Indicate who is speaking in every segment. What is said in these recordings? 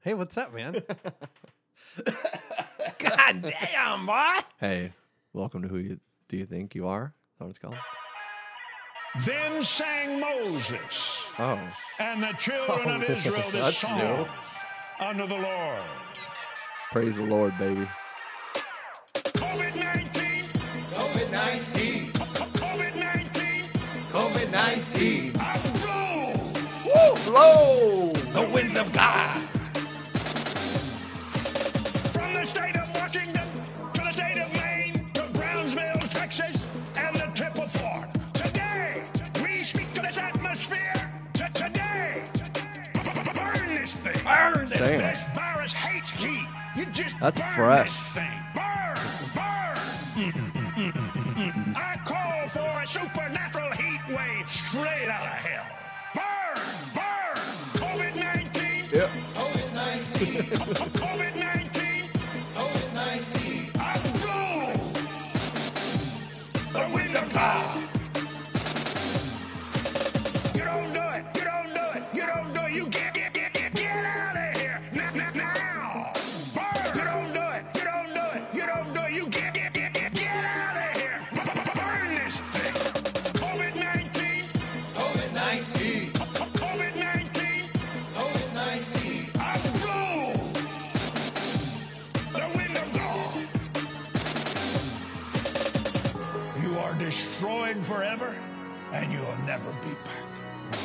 Speaker 1: Hey, what's up, man? God damn, boy.
Speaker 2: Hey, welcome to Who you, Do You Think You Are? Is that what it's called?
Speaker 3: Then sang Moses
Speaker 2: Oh,
Speaker 3: and the children of Israel this
Speaker 2: That's new.
Speaker 3: song unto the Lord.
Speaker 2: praise the Lord, baby.
Speaker 3: COVID 19,
Speaker 4: COVID 19,
Speaker 3: COVID 19,
Speaker 4: COVID 19.
Speaker 3: blow!
Speaker 4: Blow!
Speaker 3: The winds of God! From the state of Washington to the state of Maine to Brownsville, Texas, and the tip of Florida. Today, we speak to this atmosphere. To today, burn this thing. Burn this
Speaker 2: Damn.
Speaker 3: This virus hates heat. You just
Speaker 2: That's
Speaker 3: burn
Speaker 2: fresh.
Speaker 3: this thing. Burn, burn. I call for a supernatural heat wave straight out of hell. Burn, burn. COVID 19.
Speaker 4: COVID 19,
Speaker 3: COVID 19.
Speaker 4: COVID 19.
Speaker 3: I blow the wind of God. You don't do it. You don't do it. You don't do it. You get get get get, get out of here now now now. Burn. You don't do it. You don't do it. You don't do it. You get get get get, get out of here. B- b- Burn this thing. COVID 19.
Speaker 4: COVID 19,
Speaker 3: COVID 19.
Speaker 4: COVID 19.
Speaker 3: I blow the wind of God. You are destroyed forever, and you'll never be back.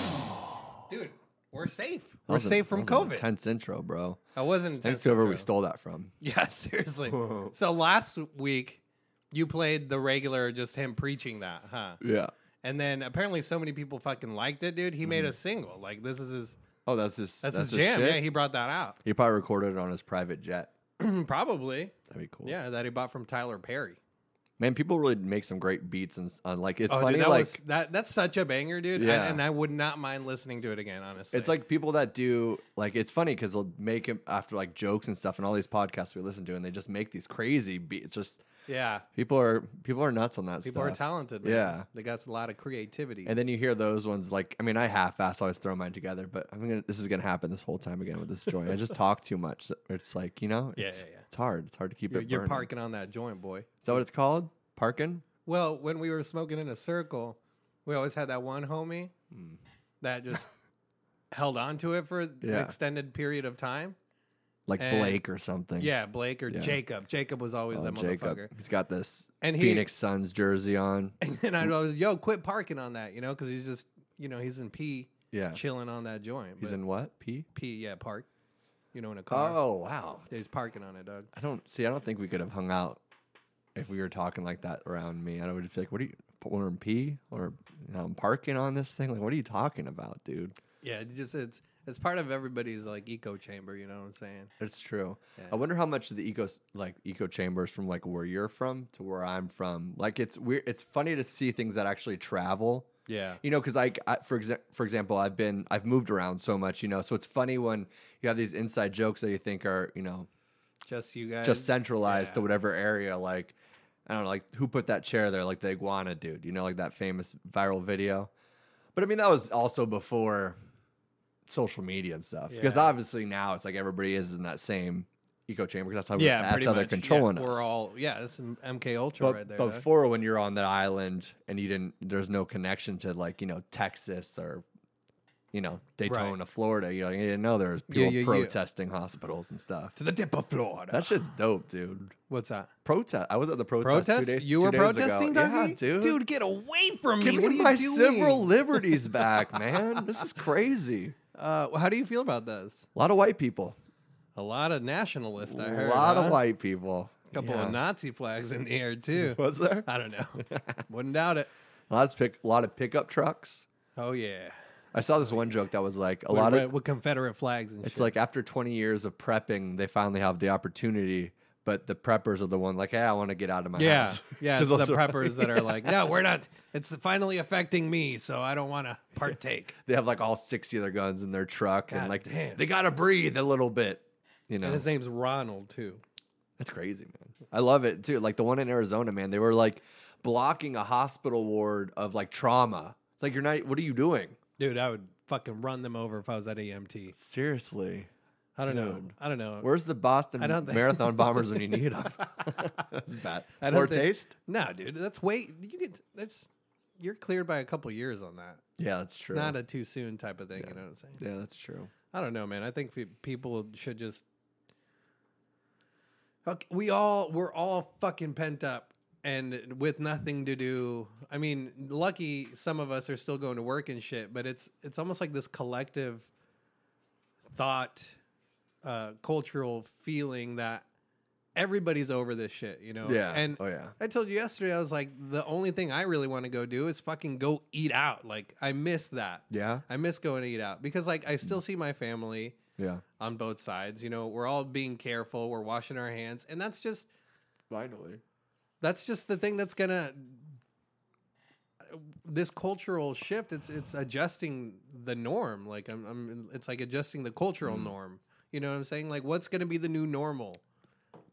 Speaker 1: Dude, we're safe.
Speaker 2: That
Speaker 1: We're
Speaker 2: was a-
Speaker 1: safe
Speaker 2: that
Speaker 1: from
Speaker 2: was an
Speaker 1: COVID.
Speaker 2: Intense intro, bro.
Speaker 1: I wasn't.
Speaker 2: Thanks
Speaker 1: testing
Speaker 2: to whoever we
Speaker 1: true.
Speaker 2: stole that from.
Speaker 1: Yeah, seriously. so last week you played the regular, just him preaching that, huh?
Speaker 2: Yeah.
Speaker 1: And then apparently so many people fucking liked it, dude. He made a single. Like this is his.
Speaker 2: Oh, Mm-hmm. that's his.
Speaker 1: That's, his, jam.
Speaker 2: shit?
Speaker 1: Yeah, he brought that out.
Speaker 2: He probably recorded it on his private jet.
Speaker 1: Probably.
Speaker 2: That'd be cool.
Speaker 1: Yeah, that he bought from Tyler Perry.
Speaker 2: Man, people really make some great beats and s- on like it's
Speaker 1: Oh,
Speaker 2: funny
Speaker 1: dude, that
Speaker 2: like
Speaker 1: was that. That's such a banger, dude. I-
Speaker 2: Yeah.
Speaker 1: and I would not mind listening to it again. Honestly,
Speaker 2: it's like people that do like it's funny because they'll make it after like jokes and stuff and all these podcasts we listen to and they just make these crazy beats. Just
Speaker 1: yeah,
Speaker 2: people are people are nuts on that
Speaker 1: people
Speaker 2: stuff.
Speaker 1: are talented. Man.
Speaker 2: Yeah.
Speaker 1: they got a lot of creativity.
Speaker 2: And then you hear those ones like I mean I half-ass always throw mine together, but I'm gonna this is gonna happen this whole time again with this joint. I just talk too much. so It's like you know,
Speaker 1: Yeah,
Speaker 2: it's,
Speaker 1: yeah, yeah.
Speaker 2: it's hard. It's hard to keep
Speaker 1: you're,
Speaker 2: it.
Speaker 1: you're
Speaker 2: burning.
Speaker 1: parking on that joint, boy.
Speaker 2: Is that what it's called? Parking.
Speaker 1: Well, when we were smoking in a circle, we always had that one homie that just held on to it for an
Speaker 2: Yeah.
Speaker 1: extended period of time.
Speaker 2: like
Speaker 1: And-
Speaker 2: Blake or something.
Speaker 1: Eh, Yeah, Blake or
Speaker 2: Yeah.
Speaker 1: Jacob. Jacob was always
Speaker 2: Oh,
Speaker 1: that
Speaker 2: Jacob.
Speaker 1: motherfucker.
Speaker 2: He's got this
Speaker 1: And he-
Speaker 2: Phoenix Suns jersey on.
Speaker 1: And I'd always, yo, quit parking on that, you know, because he's just, you know, he's in P,
Speaker 2: Yeah.
Speaker 1: chilling on that joint.
Speaker 2: He's
Speaker 1: but
Speaker 2: in what? P?
Speaker 1: P, yeah, park, you know, in a car.
Speaker 2: Oh, wow.
Speaker 1: Yeah, He's parking on it, dog.
Speaker 2: I don't see. I don't think we could have hung out if we were talking like that around me. I would just be like, what are you, we're in P or you know, I'm parking on this thing? Like, what are you talking about, dude?
Speaker 1: Yeah, it just it's it's part of everybody's like eco chamber. You know what I'm saying?
Speaker 2: It's true. I wonder how much of the eco like eco chambers from like where you're from to where I'm from. Like it's weird. It's funny to see things that actually travel.
Speaker 1: Yeah.
Speaker 2: You know, because I, I- for exa- for example, I've been I've moved around so much. You know, so it's funny when you have these inside jokes that you think are you know
Speaker 1: Just you guys.
Speaker 2: just centralized to whatever area. Like I don't know, like who put that chair there? Like the iguana dude. You know, like that famous viral video. But I mean, that was also before social media and stuff. Because
Speaker 1: Yeah.
Speaker 2: obviously now it's like everybody is in that same eco chamber. Because that's how
Speaker 1: yeah,
Speaker 2: that's
Speaker 1: pretty
Speaker 2: how
Speaker 1: much.
Speaker 2: they're controlling
Speaker 1: yeah,
Speaker 2: us.
Speaker 1: We're all yeah. This is MK Ultra
Speaker 2: but
Speaker 1: right there.
Speaker 2: but
Speaker 1: dog.
Speaker 2: before when you're on that island and you didn't, there's no connection to like you know Texas or. You know Daytona, Florida. You know you didn't know there was
Speaker 1: Yeah,
Speaker 2: people
Speaker 1: yeah, yeah.
Speaker 2: protesting hospitals and stuff.
Speaker 1: to the tip of Florida.
Speaker 2: That shit's dope, dude
Speaker 1: What's that?
Speaker 2: protest. I was at the protest,
Speaker 1: Protest?
Speaker 2: two days.
Speaker 1: you
Speaker 2: two
Speaker 1: were
Speaker 2: days
Speaker 1: protesting,
Speaker 2: ago.
Speaker 1: doggy?
Speaker 2: Yeah, dude.
Speaker 1: Dude, get away from
Speaker 2: give
Speaker 1: me!
Speaker 2: me
Speaker 1: what are you
Speaker 2: my
Speaker 1: doing?
Speaker 2: civil liberties back, man. This is crazy.
Speaker 1: Uh, how do you feel about this?
Speaker 2: A lot of white people.
Speaker 1: A lot of nationalists. I
Speaker 2: A
Speaker 1: heard.
Speaker 2: lot
Speaker 1: huh?
Speaker 2: of white people.
Speaker 1: Couple
Speaker 2: Yeah.
Speaker 1: of Nazi flags in the air too.
Speaker 2: Was there?
Speaker 1: I don't know. Wouldn't doubt it.
Speaker 2: Lots pick. A lot of pickup trucks.
Speaker 1: Oh yeah.
Speaker 2: I saw this one joke that was like a
Speaker 1: With,
Speaker 2: lot
Speaker 1: red-
Speaker 2: of.
Speaker 1: with Confederate flags and
Speaker 2: It's
Speaker 1: shit.
Speaker 2: like after 20 years of prepping, they finally have the opportunity. But the preppers are the one like, hey, I want to get out of my
Speaker 1: Yeah,
Speaker 2: house.
Speaker 1: yeah,
Speaker 2: 'Cause
Speaker 1: it's the
Speaker 2: those are-
Speaker 1: preppers that are like, no, we're not. It's finally affecting me, so I don't want to partake.
Speaker 2: They have like all 60 of their guns in their truck,
Speaker 1: God
Speaker 2: and like
Speaker 1: damn.
Speaker 2: they gotta breathe a little bit. You know,
Speaker 1: And his name's Ronald too.
Speaker 2: That's crazy, man. I love it too. Like the one in Arizona, man, they were like blocking a hospital ward of like trauma. It's like you're not what are you doing?
Speaker 1: Dude, I would fucking run them over if I was at EMT.
Speaker 2: Seriously.
Speaker 1: I don't know.
Speaker 2: Dude.
Speaker 1: I don't know.
Speaker 2: Where's the Boston
Speaker 1: I don't think-
Speaker 2: Marathon bombers when you need them? That's bad.
Speaker 1: I don't
Speaker 2: Poor
Speaker 1: think-
Speaker 2: taste.
Speaker 1: No, dude, that's way you get that's you're cleared by a couple years on that.
Speaker 2: Yeah, that's true.
Speaker 1: Not a too soon type of thing. You know what I'm saying?
Speaker 2: yeah, that's true.
Speaker 1: I don't know, man. I think pe- people should just. Okay, we all we're all fucking pent up and with nothing to do. I mean, lucky some of us are still going to work and shit, but it's it's almost like this collective thought, uh, cultural feeling that everybody's over this shit, you know?
Speaker 2: Yeah.
Speaker 1: And
Speaker 2: Oh, yeah.
Speaker 1: I told you yesterday, I was like, the only thing I really want to go do is fucking go eat out. Like, I miss that.
Speaker 2: Yeah.
Speaker 1: I miss going to eat out because like I still see my family
Speaker 2: Yeah.
Speaker 1: on both sides. You know, we're all being careful, we're washing our hands, and that's just
Speaker 2: Finally.
Speaker 1: that's just the thing that's gonna this cultural shift. It's it's adjusting the norm. Like I'm, I'm it's like adjusting the cultural norm. You know what I'm saying? Like what's gonna be the new normal?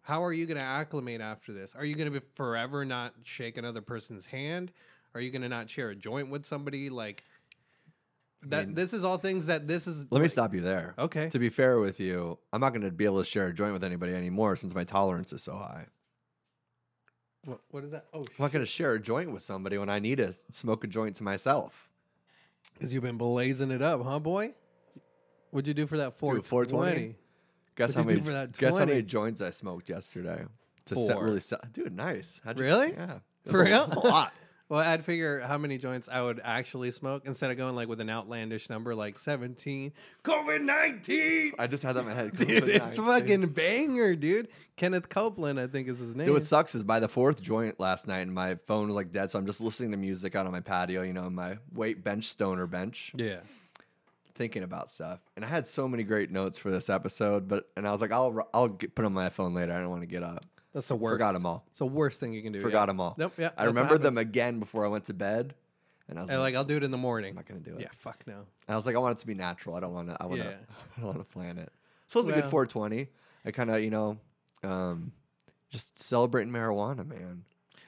Speaker 1: How are you gonna acclimate after this? Are you gonna be forever not shake another person's hand? Are you gonna not share a joint with somebody? Like that. this is all things that this is.
Speaker 2: Let me stop you there.
Speaker 1: Okay.
Speaker 2: To be fair with you, I'm not going to be able to share a joint with anybody anymore since my tolerance is so high.
Speaker 1: What, what is that? Oh,
Speaker 2: I'm not going to share a joint with somebody when I need to s- smoke a joint to myself.
Speaker 1: because you've been blazing it up, huh, boy? What'd you do for that 420?
Speaker 2: 420? Guess how
Speaker 1: What'd you
Speaker 2: many?
Speaker 1: do for that
Speaker 2: Guess how
Speaker 1: 20?
Speaker 2: many joints I smoked yesterday to set
Speaker 1: Four.
Speaker 2: really set. Dude, nice. How'd you-
Speaker 1: Really?
Speaker 2: Yeah.
Speaker 1: For real?
Speaker 2: That's a lot.
Speaker 1: Well, I'd figure how many joints I would actually smoke instead of going like with an outlandish number like 17. COVID 19!
Speaker 2: I just had that in my head.
Speaker 1: Dude, it's
Speaker 2: Dude,
Speaker 1: fucking banger, dude. Kenneth Copeland, I think is his name.
Speaker 2: Dude, what sucks is by the fourth joint last night, and my phone was like dead, so I'm just listening to music out on my patio, you know, on my weight bench, stoner bench,
Speaker 1: yeah.
Speaker 2: thinking about stuff. And I had so many great notes for this episode, but and I was like, I'll I'll get, put 'em on my phone later. I don't want to get up.
Speaker 1: That's the worst.
Speaker 2: Forgot 'em all.
Speaker 1: It's the worst thing you can do.
Speaker 2: Forgot
Speaker 1: yeah.
Speaker 2: them all.
Speaker 1: Nope. Yeah.
Speaker 2: I remembered them again before I went to bed, and I was
Speaker 1: And
Speaker 2: like,
Speaker 1: like, I'll do it in the morning.
Speaker 2: I'm not gonna do it.
Speaker 1: Yeah, fuck no.
Speaker 2: I was like, I want it to be natural. I don't want to. I want to.
Speaker 1: Yeah.
Speaker 2: I don't want to plan it. So it was a good
Speaker 1: Well.
Speaker 2: 420. I kind of, you know, um, just celebrating marijuana, man.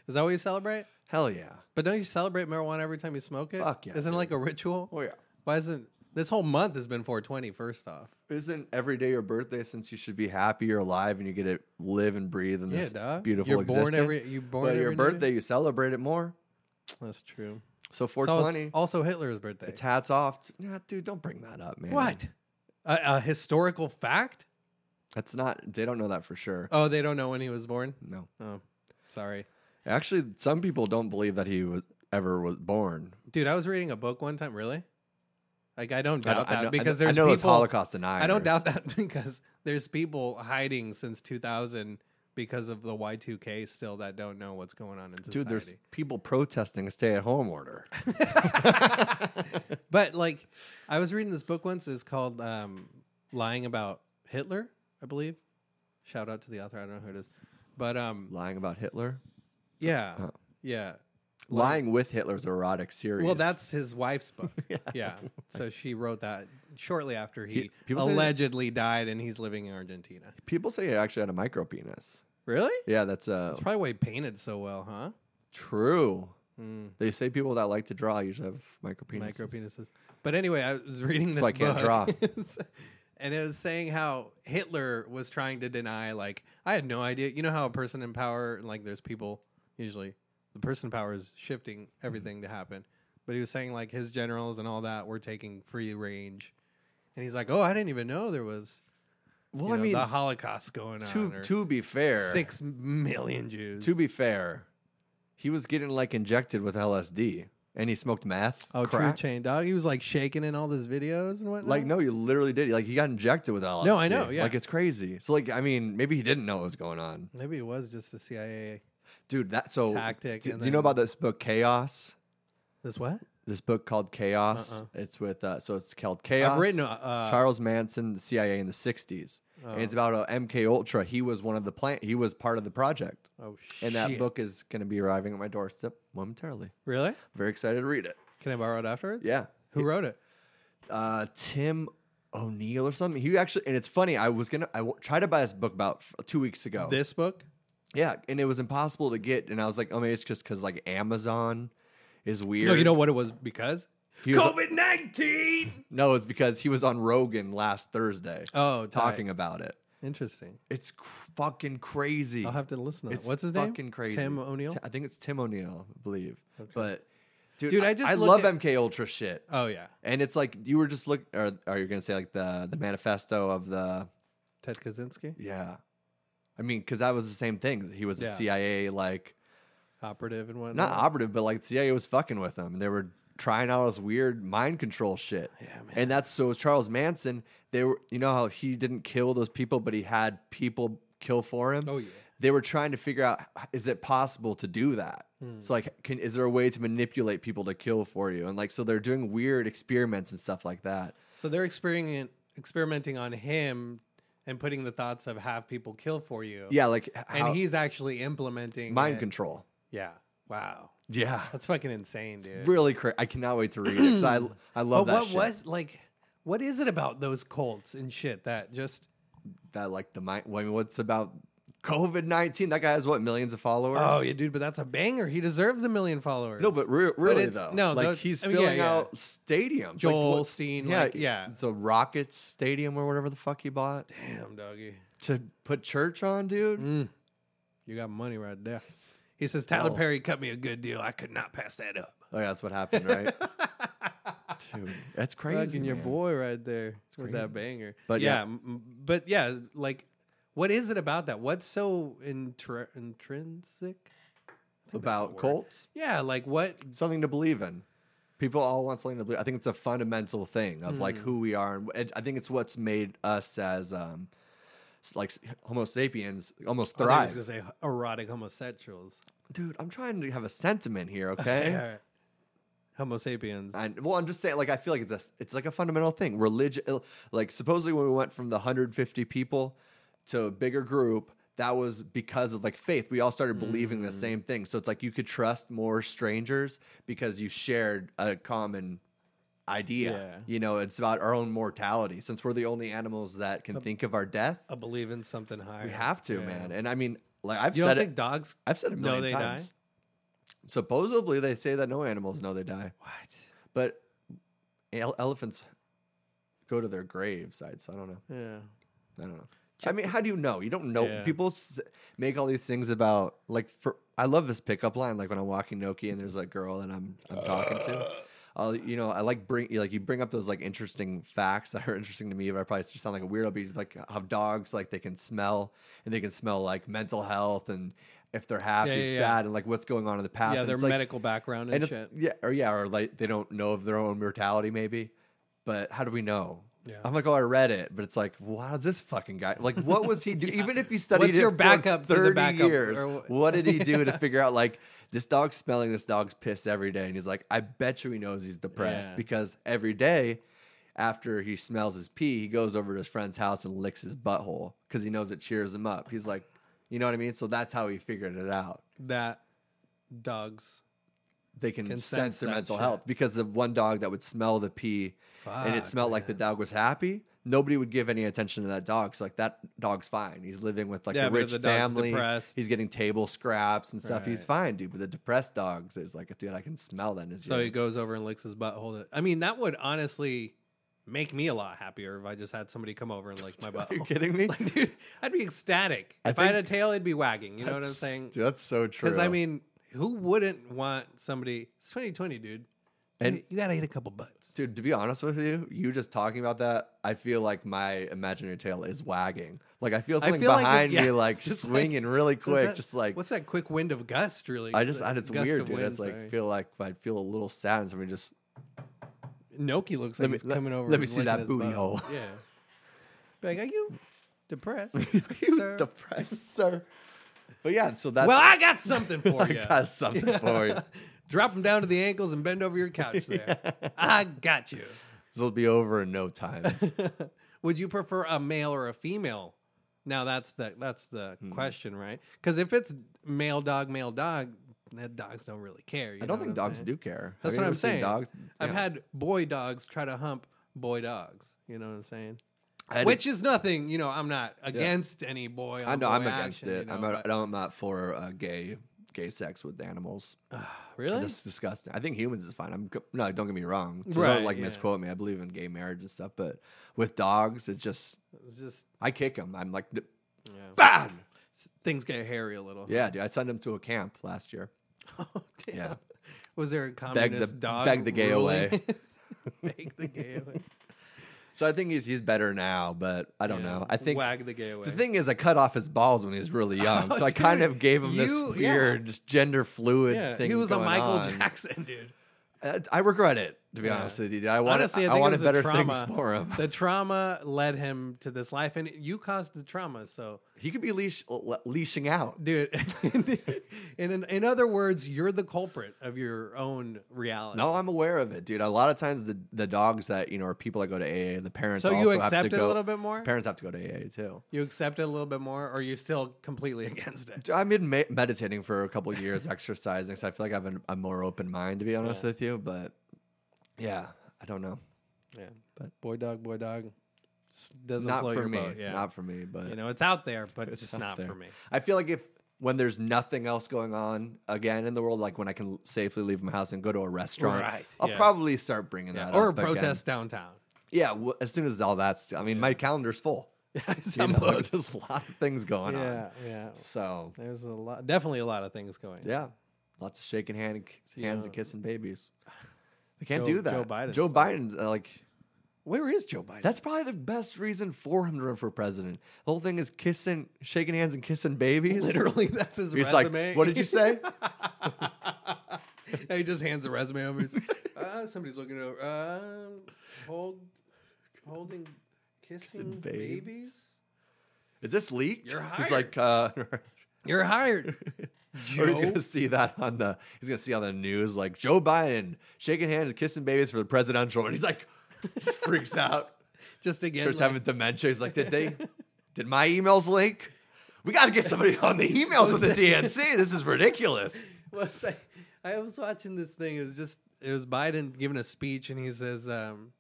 Speaker 1: Is that what you celebrate?
Speaker 2: Hell yeah.
Speaker 1: But don't you celebrate marijuana every time you smoke it?
Speaker 2: Fuck yeah,
Speaker 1: Isn't it
Speaker 2: dude.
Speaker 1: like a ritual?
Speaker 2: Oh yeah.
Speaker 1: Why isn't this whole month has been 420? First off,
Speaker 2: Isn't every day your birthday since you should be happy you're alive and you get to live and breathe in
Speaker 1: Yeah,
Speaker 2: this
Speaker 1: duh.
Speaker 2: beautiful
Speaker 1: You're born
Speaker 2: existence?
Speaker 1: every- you born
Speaker 2: but your
Speaker 1: every day.
Speaker 2: birthday, you celebrate it more.
Speaker 1: that's true.
Speaker 2: So
Speaker 1: It's also-
Speaker 2: 420.
Speaker 1: also Hitler's birthday.
Speaker 2: It's hats off. It's- Nah, dude, don't bring that up, man.
Speaker 1: what? A, a historical fact?
Speaker 2: That's not. They don't know that for sure.
Speaker 1: Oh, they don't know when he was born.
Speaker 2: No.
Speaker 1: Oh, sorry,
Speaker 2: Actually, some people don't believe that he was ever was born.
Speaker 1: dude. I was reading a book one time. Really? Like I don't doubt
Speaker 2: I
Speaker 1: that
Speaker 2: know,
Speaker 1: because
Speaker 2: I know,
Speaker 1: there's
Speaker 2: I know those
Speaker 1: people.
Speaker 2: Holocaust deniers.
Speaker 1: I don't doubt that because there's people hiding since 2000 because of the Y2K still that don't know what's going on in society.
Speaker 2: Dude, there's people protesting a stay-at-home order.
Speaker 1: But like, I was reading this book once. It's called um, "Lying About Hitler," I believe. Shout out to the author. I don't know who it is, but um,
Speaker 2: Lying about Hitler.
Speaker 1: yeah, yeah.
Speaker 2: Lying with Hitler's erotic series.
Speaker 1: Well, that's his wife's book. yeah. so she wrote that shortly after he,
Speaker 2: He- people say that-
Speaker 1: allegedly died, and he's living in Argentina.
Speaker 2: people say he actually had a micro penis.
Speaker 1: Really?
Speaker 2: Yeah, that's uh,
Speaker 1: That's probably why he painted so well, huh?
Speaker 2: true. They say people that like to draw usually have micro penises.
Speaker 1: Hmm. Micro penises. But anyway, I was reading this
Speaker 2: why I can't
Speaker 1: book, and it was saying how Hitler was trying to deny, like, I had no idea. You know how a person in power, like, there's people usually, the person in power is shifting
Speaker 2: Mm-hmm.
Speaker 1: everything to happen. But he was saying, like, his generals and all that were taking free range. And he's like, oh, I didn't even know there was
Speaker 2: Well,
Speaker 1: you
Speaker 2: I
Speaker 1: know,
Speaker 2: mean,
Speaker 1: the Holocaust going
Speaker 2: to
Speaker 1: on. or
Speaker 2: to be fair,
Speaker 1: six million Jews.
Speaker 2: to be fair, he was getting like injected with LSD and he smoked meth.
Speaker 1: oh,
Speaker 2: crack.
Speaker 1: True Chain Dog. He was, like, shaking in all those videos and whatnot.
Speaker 2: Like no, you literally did. Like he got injected with LSD.
Speaker 1: No, I know, yeah.
Speaker 2: Like it's crazy. So like I mean, maybe he didn't know what was going on,
Speaker 1: Maybe it was just the CIA.
Speaker 2: dude. That so
Speaker 1: Tactic
Speaker 2: Do,
Speaker 1: and
Speaker 2: do you know
Speaker 1: then-
Speaker 2: about this book Chaos?
Speaker 1: This what?
Speaker 2: This book called Chaos. It's with uh, so it's called Chaos.
Speaker 1: Uh-uh. I've written, uh, uh, Oh.
Speaker 2: Charles Manson, the CIA in the '60s, and it's about uh, MK Ultra. He was one of the plant. He was part of the project,
Speaker 1: Oh shit!
Speaker 2: and that book is going to be arriving at my doorstep momentarily.
Speaker 1: really?
Speaker 2: Very excited to read it.
Speaker 1: Can I borrow it afterwards?
Speaker 2: Yeah,
Speaker 1: Who wrote it?
Speaker 2: uh, Tim O'Neill or something. He actually, and it's funny. I was gonna, I w- tried to buy this book about f- two weeks ago.
Speaker 1: This book?
Speaker 2: yeah, and it was impossible to get. And I was like, oh, maybe it's just because like Amazon is weird.
Speaker 1: No, you know what it was because
Speaker 2: He was,
Speaker 1: COVID 19.
Speaker 2: No, it's because he was on Rogan last Thursday
Speaker 1: Oh,
Speaker 2: talking
Speaker 1: tight.
Speaker 2: about it.
Speaker 1: Interesting.
Speaker 2: It's c- fucking crazy.
Speaker 1: I'll have to listen to
Speaker 2: It's
Speaker 1: that. What's his name?
Speaker 2: fucking crazy.
Speaker 1: Tim O'Neill.
Speaker 2: T- I think it's Tim O'Neill, I believe. But dude,
Speaker 1: Dude,
Speaker 2: I,
Speaker 1: I just
Speaker 2: I
Speaker 1: look
Speaker 2: love
Speaker 1: at-
Speaker 2: MK Ultra shit.
Speaker 1: oh, yeah.
Speaker 2: and it's like you were just looking, or are you gonna say like the the manifesto of the
Speaker 1: Ted Kaczynski,
Speaker 2: yeah? I mean, because that was the same thing. He was a
Speaker 1: Yeah.
Speaker 2: CIA like
Speaker 1: operative and whatnot.
Speaker 2: not operative, but like CIA was fucking with them. They were trying out this weird mind control shit. Yeah, man. And that's so Charles Manson. They were, you know, how he didn't kill those people, but he had people kill for him.
Speaker 1: Oh, yeah.
Speaker 2: They were trying to figure out is it possible to do that?
Speaker 1: Hmm.
Speaker 2: It's like, can is there a way to manipulate people to kill for you? And like, so they're doing weird experiments and stuff like that.
Speaker 1: So they're experimenting experimenting on him and putting the thoughts of have people kill for you.
Speaker 2: Yeah, like h-
Speaker 1: And
Speaker 2: how-
Speaker 1: he's actually implementing
Speaker 2: mind
Speaker 1: it.
Speaker 2: control.
Speaker 1: Yeah. Wow.
Speaker 2: Yeah,
Speaker 1: That's fucking insane, dude.
Speaker 2: really crazy. I cannot wait to read it because I I
Speaker 1: but
Speaker 2: love that.
Speaker 1: what
Speaker 2: shit.
Speaker 1: was like what is it about those cults and shit that just
Speaker 2: that like the mind. I mean, what's about COVID nineteen? That guy has what millions of followers.
Speaker 1: Oh yeah, dude, but that's a banger. He deserved the million followers.
Speaker 2: No, but re- really
Speaker 1: it's-
Speaker 2: though,
Speaker 1: no,
Speaker 2: like
Speaker 1: those-
Speaker 2: he's
Speaker 1: I mean, yeah,
Speaker 2: filling
Speaker 1: yeah.
Speaker 2: out stadiums.
Speaker 1: Joel
Speaker 2: what-
Speaker 1: Steen, like, yeah.
Speaker 2: It's a Rockets stadium or whatever the fuck he bought
Speaker 1: damn doggy.
Speaker 2: to put church on, dude.
Speaker 1: Mm. You got money right there. He says Tyler
Speaker 2: Oh.
Speaker 1: Perry cut me a good deal. I could not pass that up.
Speaker 2: Oh yeah, that's what happened, right? dude, that's crazy.
Speaker 1: Fucking your
Speaker 2: man.
Speaker 1: boy right there with that banger.
Speaker 2: But
Speaker 1: But
Speaker 2: yeah.
Speaker 1: yeah, m- but yeah, like, what is it about that? What's so intr- intrinsic?
Speaker 2: about cults,
Speaker 1: Yeah, like what?
Speaker 2: something to believe in. People all want something to believe. I think it's a fundamental thing of
Speaker 1: Hmm.
Speaker 2: like who we are, and and I think it's what's made us as um, s- like s- Homo sapiens almost
Speaker 1: I was
Speaker 2: thrive.
Speaker 1: gonna say erotic homosexuals.
Speaker 2: Dude, I'm trying to have a sentiment here, okay?
Speaker 1: Yeah. Homo sapiens.
Speaker 2: And well, I'm just saying, like, I feel like it's a, it's like a fundamental thing. Religion, like, supposedly when we went from the 150 people to a bigger group, that was because of like faith. We all started believing
Speaker 1: Mm.
Speaker 2: the same thing. So it's like you could trust more strangers because you shared a common idea.
Speaker 1: Yeah.
Speaker 2: You know, it's about our own mortality since we're the only animals that can think of our death.
Speaker 1: I believe in something higher.
Speaker 2: We have to,
Speaker 1: Yeah.
Speaker 2: man. And I mean, like, I've
Speaker 1: You
Speaker 2: said
Speaker 1: don't think
Speaker 2: it.
Speaker 1: dogs?
Speaker 2: I've said a
Speaker 1: know
Speaker 2: million
Speaker 1: they die?
Speaker 2: times. Supposedly, they say that no animals know they die
Speaker 1: What?
Speaker 2: but ele- elephants go to their gravesites. So I don't know.
Speaker 1: Yeah.
Speaker 2: I don't know. I mean, how do you know? You don't know.
Speaker 1: Yeah.
Speaker 2: People s- make all these things about like. For I love this pickup line. Like when I'm walking Noki and there's a girl that I'm I'm talking to. I'll, you know, I like bring like you bring up those like interesting facts that are interesting to me, but I probably just sound like a weirdo. But like how dogs like they can smell and they can smell like mental health and if they're happy,
Speaker 1: yeah, yeah.
Speaker 2: sad, and like what's going on in the past.
Speaker 1: Yeah,
Speaker 2: and
Speaker 1: their
Speaker 2: it's, like,
Speaker 1: medical background and,
Speaker 2: and
Speaker 1: shit.
Speaker 2: it's, yeah, or yeah, or like they don't know of their own mortality, maybe. But how do we know?
Speaker 1: Yeah.
Speaker 2: I'm like, oh, I read it, but it's like, well, how's this fucking guy? Like, what was he do? Even if he studied
Speaker 1: What's
Speaker 2: it
Speaker 1: your
Speaker 2: for
Speaker 1: backup to the
Speaker 2: thirty
Speaker 1: backup,
Speaker 2: years,
Speaker 1: or what-
Speaker 2: what did he do to figure out like this dog's smelling this dog's piss every day? And he's like, I bet you he knows he's depressed
Speaker 1: Yeah.
Speaker 2: because every day after he smells his pee, he goes over to his friend's house and licks his butthole because he knows it cheers him up. He's like, you know what I mean? So that's how he figured it out
Speaker 1: That dogs.
Speaker 2: they can,
Speaker 1: Can
Speaker 2: sense
Speaker 1: sense
Speaker 2: their
Speaker 1: that
Speaker 2: mental
Speaker 1: shit.
Speaker 2: health because the one dog that would smell the pee and it
Speaker 1: Fuck,
Speaker 2: smelled like the dog was happy nobody would give any attention to that dog so like that dog's fine he's living with like
Speaker 1: Yeah,
Speaker 2: a
Speaker 1: but if
Speaker 2: rich
Speaker 1: the dog's
Speaker 2: family
Speaker 1: depressed-
Speaker 2: he's getting table scraps and stuff he's
Speaker 1: Right.
Speaker 2: fine dude but the depressed dogs is like dude i can smell that in his
Speaker 1: So
Speaker 2: ear.
Speaker 1: he goes over and licks his butt. Hold it. I mean, that would honestly make me a lot happier if I just had somebody come over and lick my butt.
Speaker 2: are you kidding me
Speaker 1: Like, dude, I'd be ecstatic.
Speaker 2: I
Speaker 1: if I had a
Speaker 2: think-
Speaker 1: tail, it'd be wagging. You know what I'm
Speaker 2: That's-
Speaker 1: saying?
Speaker 2: dude that's so true
Speaker 1: Because I mean, who wouldn't want somebody? It's 2020, dude.
Speaker 2: And-
Speaker 1: And you gotta eat a couple butts.
Speaker 2: Dude, to be honest with you, you just talking about that, I feel like my imaginary tail is wagging. Like I feel something
Speaker 1: feel like it-
Speaker 2: behind me,
Speaker 1: yeah,
Speaker 2: like
Speaker 1: it's just like-
Speaker 2: swinging really
Speaker 1: What's
Speaker 2: quick,
Speaker 1: that-
Speaker 2: just like
Speaker 1: what's that quick wind of gust? Really,
Speaker 2: I just,
Speaker 1: The
Speaker 2: I, it's
Speaker 1: gust
Speaker 2: weird,
Speaker 1: of
Speaker 2: dude. It's
Speaker 1: wind,
Speaker 2: like
Speaker 1: sorry.
Speaker 2: feel like I'd feel a little sad, and somebody just
Speaker 1: Noki looks like
Speaker 2: me-
Speaker 1: he's
Speaker 2: let-
Speaker 1: coming over.
Speaker 2: let me
Speaker 1: and
Speaker 2: see
Speaker 1: licking
Speaker 2: that
Speaker 1: his
Speaker 2: booty
Speaker 1: butt.
Speaker 2: hole.
Speaker 1: Yeah. Be like, are you depressed?
Speaker 2: you
Speaker 1: sir?
Speaker 2: depressed, sir. But yeah, so that's
Speaker 1: well, I got something for
Speaker 2: I
Speaker 1: you.
Speaker 2: got something for you.
Speaker 1: Drop them down to the ankles and bend over your couch there. I got you.
Speaker 2: This will be over in no time.
Speaker 1: Would you prefer a male or a female? Now that's the that's the
Speaker 2: Hmm.
Speaker 1: question, right? Because if it's male dog, male dog, that dogs don't really care. you
Speaker 2: I don't
Speaker 1: know
Speaker 2: think
Speaker 1: what I'm
Speaker 2: dogs
Speaker 1: saying?
Speaker 2: do care.
Speaker 1: That's
Speaker 2: Have you
Speaker 1: what
Speaker 2: ever
Speaker 1: I'm
Speaker 2: seen
Speaker 1: saying.
Speaker 2: Dogs.
Speaker 1: I've
Speaker 2: Yeah.
Speaker 1: had boy dogs try to hump boy dogs. You know what I'm saying?
Speaker 2: I had a-
Speaker 1: Which is nothing. You know, I'm not against any boy.
Speaker 2: I know
Speaker 1: on
Speaker 2: I'm
Speaker 1: boy
Speaker 2: against
Speaker 1: action,
Speaker 2: it.
Speaker 1: you know,
Speaker 2: I'm, not,
Speaker 1: but-
Speaker 2: I'm not for uh, gay gay sex with animals.
Speaker 1: Really?
Speaker 2: That's disgusting. I think humans is fine. I'm go- no, don't get me wrong. So
Speaker 1: Right,
Speaker 2: don't like
Speaker 1: yeah.
Speaker 2: misquote me. I believe in gay marriage and stuff, but with dogs, it's just
Speaker 1: It's just
Speaker 2: I kick them. I'm like, "N-
Speaker 1: Yeah.
Speaker 2: bam.
Speaker 1: things get hairy a little.
Speaker 2: Yeah, dude. I sent him to a camp last year.
Speaker 1: Oh, damn.
Speaker 2: Yeah.
Speaker 1: Was there a
Speaker 2: Beg the
Speaker 1: communist dog?
Speaker 2: beg the gay
Speaker 1: ruling?
Speaker 2: away.
Speaker 1: beg the gay away.
Speaker 2: So I think he's he's better now, but I don't
Speaker 1: Yeah.
Speaker 2: know. I think
Speaker 1: wag the gay away.
Speaker 2: the thing is, I cut off his balls when he was really young,
Speaker 1: Oh,
Speaker 2: so I kind
Speaker 1: dude,
Speaker 2: of gave him this
Speaker 1: you- yeah.
Speaker 2: weird gender fluid
Speaker 1: yeah,
Speaker 2: thing.
Speaker 1: he was a
Speaker 2: going
Speaker 1: Michael
Speaker 2: on.
Speaker 1: Jackson dude.
Speaker 2: I, I regret it, to be
Speaker 1: Yeah.
Speaker 2: honest with you. dude. I wanted
Speaker 1: Honestly, I
Speaker 2: I,
Speaker 1: think it
Speaker 2: wanted
Speaker 1: was the
Speaker 2: better
Speaker 1: trauma.
Speaker 2: things for him.
Speaker 1: The trauma led him to this life, and you caused the trauma. So,
Speaker 2: He could be leash, le- leashing out.
Speaker 1: dude, in, in in other words, you're the culprit of your own reality.
Speaker 2: No, I'm aware of it, dude. A lot of times the, the dogs that you know are people that go to AA, the parents
Speaker 1: So you
Speaker 2: also have
Speaker 1: accept
Speaker 2: to
Speaker 1: it a
Speaker 2: go.
Speaker 1: little bit more?
Speaker 2: Parents have to go to AA too.
Speaker 1: You accept it a little bit more, or are you still completely against it?
Speaker 2: Dude, I've been me- meditating for a couple of years, exercising, so I feel like I have an, a more open mind, to be honest with you. But yeah, I don't know.
Speaker 1: Yeah, but boy dog, boy dog, s- doesn't
Speaker 2: Not
Speaker 1: float
Speaker 2: for
Speaker 1: your
Speaker 2: me.
Speaker 1: boat. Yeah,
Speaker 2: Not for me. But
Speaker 1: you know, it's out there, but it's just
Speaker 2: out
Speaker 1: not
Speaker 2: there.
Speaker 1: for me.
Speaker 2: I feel like if when there's nothing else going on again in the world, like when I can safely leave my house and go to a restaurant,
Speaker 1: Right,
Speaker 2: I'll
Speaker 1: yeah.
Speaker 2: probably start bringing that
Speaker 1: Or a
Speaker 2: up again.
Speaker 1: protest downtown.
Speaker 2: Yeah, w as soon as all that's, I mean, my calendar's full. You
Speaker 1: I'm
Speaker 2: know,
Speaker 1: booked.
Speaker 2: there's a lot of things going
Speaker 1: Yeah,
Speaker 2: on.
Speaker 1: yeah.
Speaker 2: So
Speaker 1: There's a lot, definitely a lot of things going. on.
Speaker 2: yeah, lots of shaking hand, hands
Speaker 1: know,
Speaker 2: and kissing babies. They can't
Speaker 1: Joe-
Speaker 2: do that.
Speaker 1: Joe Biden's
Speaker 2: Joe
Speaker 1: like-
Speaker 2: Biden's uh, like
Speaker 1: Where is Joe Biden?
Speaker 2: that's probably the best reason for him to run for president. The whole thing is kissing, shaking hands, and kissing babies.
Speaker 1: literally that's his
Speaker 2: He's
Speaker 1: resume.
Speaker 2: like, what did you say?
Speaker 1: he just hands the resume over. He's like, uh, somebody's looking over. Um, hold, holding, kissing
Speaker 2: babies.
Speaker 1: babies.
Speaker 2: Is this leaked?
Speaker 1: You're
Speaker 2: He's like, uh,
Speaker 1: You're hired.
Speaker 2: or he's gonna
Speaker 1: Joe.
Speaker 2: see that on the he's gonna see on the news like Joe Biden shaking hands, kissing babies for the presidential, and he's like, just freaks out,
Speaker 1: Just again,
Speaker 2: starts
Speaker 1: like,
Speaker 2: having dementia. He's like, did they, did my emails link? We gotta get somebody on the emails of the DNC. This is ridiculous.
Speaker 1: was I, I was watching this thing. It was just it was Biden giving a speech, and he says, um,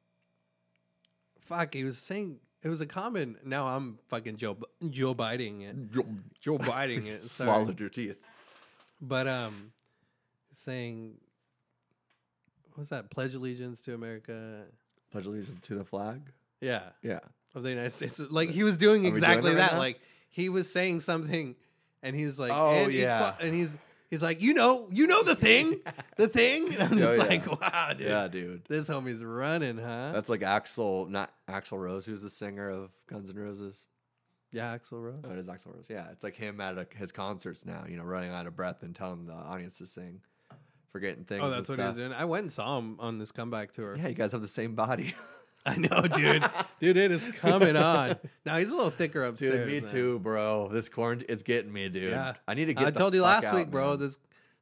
Speaker 1: "Fuck," he was saying. It was a comment. Now I'm fucking Joe B- Joe biting it. Joe biting it. Sorry.
Speaker 2: Swallowed your teeth.
Speaker 1: But um, saying, what was that? Pledge allegiance to America.
Speaker 2: Pledge allegiance to the flag.
Speaker 1: Yeah,
Speaker 2: Yeah,
Speaker 1: of the United States. Like he was doing
Speaker 2: Are we doing
Speaker 1: exactly
Speaker 2: it right
Speaker 1: that.
Speaker 2: now?
Speaker 1: like he was saying something, and he's like,
Speaker 2: Oh,
Speaker 1: and equa-
Speaker 2: yeah.
Speaker 1: and he's he's like, you know, you know the thing, the thing. And I'm
Speaker 2: Oh,
Speaker 1: just
Speaker 2: yeah.
Speaker 1: like, wow, dude.
Speaker 2: yeah, dude.
Speaker 1: This homie's running, huh?
Speaker 2: That's like Axel, not Axel Rose, who's the singer of Guns N' Roses.
Speaker 1: yeah, Axel Rose.
Speaker 2: Oh, it is Axl Rose. Yeah, it's like him at a, his concerts now. You know, running out of breath and telling the audience to sing, forgetting things.
Speaker 1: Oh,
Speaker 2: and
Speaker 1: that's what he
Speaker 2: stuff.
Speaker 1: was doing. I went and saw him on this comeback tour.
Speaker 2: Yeah, you guys have the same body,
Speaker 1: I know, dude. dude, it is coming on. Now he's a little thicker
Speaker 2: dude.
Speaker 1: upstairs.
Speaker 2: me
Speaker 1: man.
Speaker 2: too, bro. This quarantine, it's getting me, dude. I need to get.
Speaker 1: I
Speaker 2: the
Speaker 1: told you
Speaker 2: fuck
Speaker 1: last week,
Speaker 2: out,
Speaker 1: bro.
Speaker 2: man. Mm-hmm.
Speaker 1: This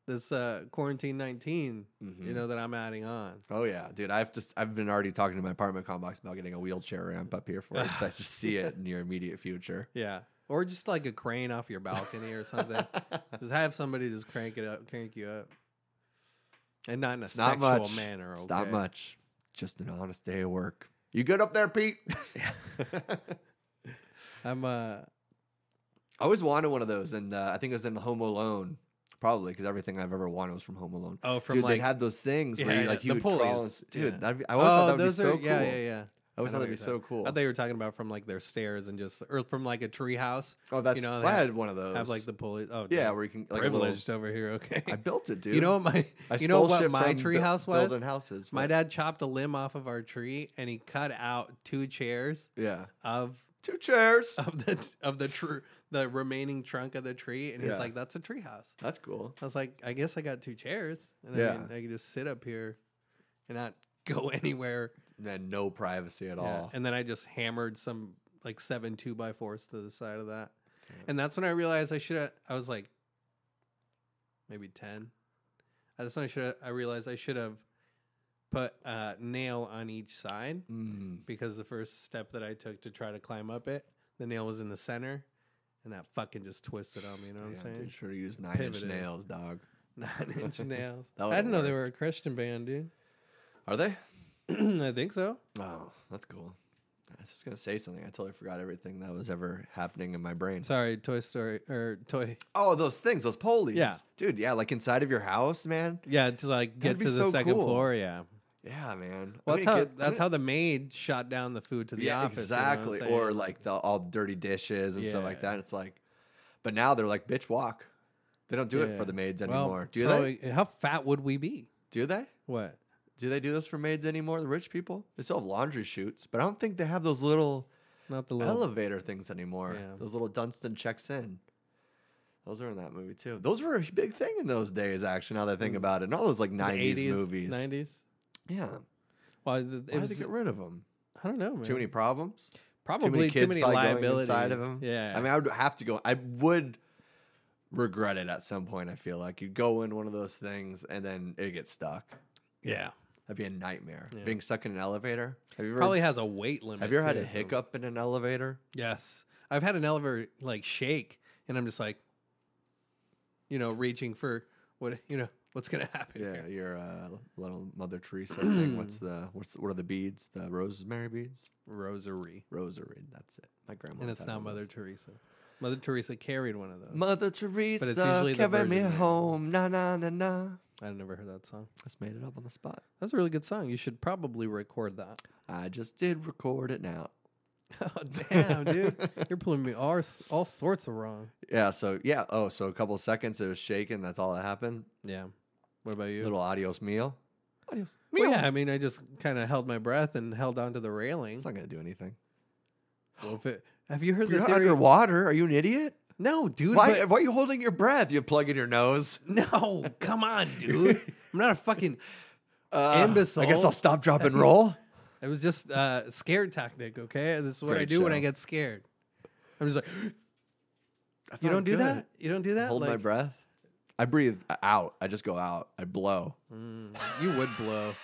Speaker 1: this uh, quarantine 19 you know that I'm adding on.
Speaker 2: Oh yeah, dude. I've just I've been already talking to my apartment complex about getting a wheelchair ramp up here for it because I just see it in your immediate future.
Speaker 1: Yeah, or just like a crane off your balcony or something. just have somebody just crank it up, crank you up, and not in a
Speaker 2: It's
Speaker 1: sexual
Speaker 2: not much.
Speaker 1: manner.
Speaker 2: It's
Speaker 1: Okay?
Speaker 2: not much. Just an honest day of work. You good up there, Pete?
Speaker 1: I'm uh,
Speaker 2: I always wanted one of those, and uh, I think it was in Home Alone, probably because everything I've ever wanted was from Home Alone.
Speaker 1: Oh, from,
Speaker 2: dude,
Speaker 1: like-
Speaker 2: they had those things
Speaker 1: Yeah,
Speaker 2: where you
Speaker 1: yeah,
Speaker 2: like
Speaker 1: the
Speaker 2: you would crawl. And,
Speaker 1: pulleys,
Speaker 2: s- dude,
Speaker 1: yeah.
Speaker 2: that'd be, I always thought that would be
Speaker 1: oh, those
Speaker 2: so
Speaker 1: are-
Speaker 2: cool.
Speaker 1: Yeah, yeah, yeah.
Speaker 2: I always
Speaker 1: know
Speaker 2: thought
Speaker 1: what
Speaker 2: that'd be
Speaker 1: you're
Speaker 2: so
Speaker 1: saying.
Speaker 2: cool.
Speaker 1: I thought you were talking about from like their stairs and just, or from like a treehouse.
Speaker 2: Oh, that's
Speaker 1: you know,
Speaker 2: I
Speaker 1: they
Speaker 2: had one of those.
Speaker 1: have like the pulley. Oh,
Speaker 2: yeah,
Speaker 1: damn.
Speaker 2: where you can like a little-
Speaker 1: privileged over here. Okay,
Speaker 2: I built it, dude.
Speaker 1: You know what my
Speaker 2: I
Speaker 1: you know
Speaker 2: stole
Speaker 1: what
Speaker 2: shit
Speaker 1: my
Speaker 2: from bu-
Speaker 1: treehouse was?
Speaker 2: building houses.
Speaker 1: My
Speaker 2: but-
Speaker 1: dad chopped a limb off of our tree and he cut out two chairs
Speaker 2: Yeah,
Speaker 1: of
Speaker 2: two chairs.
Speaker 1: of the of the tr- the remaining trunk of the tree and he's
Speaker 2: Yeah.
Speaker 1: like that's a treehouse.
Speaker 2: That's cool.
Speaker 1: I was like I guess I got two chairs and I,
Speaker 2: Yeah.
Speaker 1: mean, I could just sit up here and not go anywhere.
Speaker 2: And then no privacy at
Speaker 1: Yeah.
Speaker 2: all.
Speaker 1: And then I just hammered some like seven two by fours to the side of that. And that's when I realized I should have, I was like, maybe 10. That's when I should I realized I should have put a nail on each side
Speaker 2: Mm.
Speaker 1: because the first step that I took to try to climb up it, the nail was in the center and that fucking just twisted on me. You know what I'm
Speaker 2: Damn,
Speaker 1: saying?
Speaker 2: dude, should have used nine inch
Speaker 1: Pivoted.
Speaker 2: nails, dog.
Speaker 1: Nine inch nails.
Speaker 2: That
Speaker 1: I
Speaker 2: would've
Speaker 1: didn't know they were a Christian band, dude.
Speaker 2: Are they?
Speaker 1: I think so.
Speaker 2: Oh, that's cool. was just gonna say something. I totally forgot everything that was ever happening in my brain.
Speaker 1: Sorry, Toy Story or Toy.
Speaker 2: oh, those things, those pulleys.
Speaker 1: Yeah.
Speaker 2: dude. Yeah, like inside of your house, man.
Speaker 1: Yeah, to like
Speaker 2: That'd
Speaker 1: get to
Speaker 2: be
Speaker 1: the
Speaker 2: so
Speaker 1: second
Speaker 2: cool.
Speaker 1: floor. Yeah.
Speaker 2: Yeah, man. I
Speaker 1: Well, that's
Speaker 2: didn't
Speaker 1: how
Speaker 2: get- I
Speaker 1: that's
Speaker 2: didn't-
Speaker 1: how the maid shot down the food to the
Speaker 2: yeah,
Speaker 1: office. you know what I'm
Speaker 2: exactly.
Speaker 1: saying?
Speaker 2: or like the all dirty dishes and stuff like
Speaker 1: Yeah.
Speaker 2: that. It's like, but now they're like, bitch, walk. They don't do it
Speaker 1: Yeah.
Speaker 2: for the maids
Speaker 1: Well,
Speaker 2: anymore. do
Speaker 1: so
Speaker 2: they?
Speaker 1: How fat would we be?
Speaker 2: Do they?
Speaker 1: What?
Speaker 2: Do they do this for maids anymore? The rich people? They still have laundry shoots, but I don't think they have those little
Speaker 1: Not the little.
Speaker 2: elevator things anymore.
Speaker 1: Yeah.
Speaker 2: Those little Dunstan checks in. Those are in that movie too. Those were a big thing in those days, actually. Now that I
Speaker 1: Hmm.
Speaker 2: think about it, and all those like '90s, movies.
Speaker 1: Nineties.
Speaker 2: Yeah,
Speaker 1: Well, th- it
Speaker 2: why did
Speaker 1: was,
Speaker 2: they get rid of them?
Speaker 1: I don't know, man.
Speaker 2: Too many problems.
Speaker 1: Probably
Speaker 2: too many kids probably going
Speaker 1: liabilities
Speaker 2: inside of them.
Speaker 1: Yeah.
Speaker 2: I mean, I would have to go. I would regret it at some point. I feel like you go in one of those things and then it gets stuck.
Speaker 1: yeah.
Speaker 2: That'd be a nightmare. Being stuck in an elevator. Have you ever
Speaker 1: Probably has a weight limit.
Speaker 2: Have you ever had
Speaker 1: too,
Speaker 2: a
Speaker 1: so-
Speaker 2: hiccup in an elevator?
Speaker 1: Yes, I've had an elevator like shake, and I'm just like, you know, reaching for what you know what's gonna happen.
Speaker 2: Yeah,
Speaker 1: here.
Speaker 2: your uh, little Mother Teresa thing. What's the what's what are the beads? The rosemary beads?
Speaker 1: rosary,
Speaker 2: Rosary. That's it. My grandma.
Speaker 1: and it's not Mother Teresa. Mother Teresa carried one of those.
Speaker 2: Mother Teresa,
Speaker 1: usually the
Speaker 2: carry me
Speaker 1: Virgin Mary.
Speaker 2: home, na na na na.
Speaker 1: I never heard that song.
Speaker 2: Just made it up on the spot.
Speaker 1: That's a really good song. You should probably record that.
Speaker 2: I just did record it now.
Speaker 1: Oh, damn, dude, you're pulling me all all sorts of wrong.
Speaker 2: Yeah. So yeah. Oh, so a couple seconds it was shaking. That's all that happened.
Speaker 1: Yeah. What about you?
Speaker 2: Little adios meal. Adios
Speaker 1: Well,
Speaker 2: meal.
Speaker 1: yeah, I mean, I just kind of held my breath and held onto the railing.
Speaker 2: It's not gonna do anything.
Speaker 1: Well, if it- Oh, have you heard
Speaker 2: You're
Speaker 1: the
Speaker 2: not
Speaker 1: theory?
Speaker 2: underwater. Are you an idiot?
Speaker 1: No, dude.
Speaker 2: Why,
Speaker 1: but-
Speaker 2: why are you holding your breath? You plug in your nose.
Speaker 1: No, come on, dude. I'm not a fucking.
Speaker 2: Uh, I guess
Speaker 1: Imbecile.
Speaker 2: I'll stop, drop, and roll.
Speaker 1: It was just uh, scared tactic. Okay, this is what I
Speaker 2: Great
Speaker 1: do when I
Speaker 2: show.
Speaker 1: get scared. I'm just like,
Speaker 2: That's
Speaker 1: you
Speaker 2: not
Speaker 1: don't do
Speaker 2: good.
Speaker 1: that. You don't do that.
Speaker 2: Hold my
Speaker 1: Like,
Speaker 2: breath. I breathe out. I just go out. I blow.
Speaker 1: You would blow.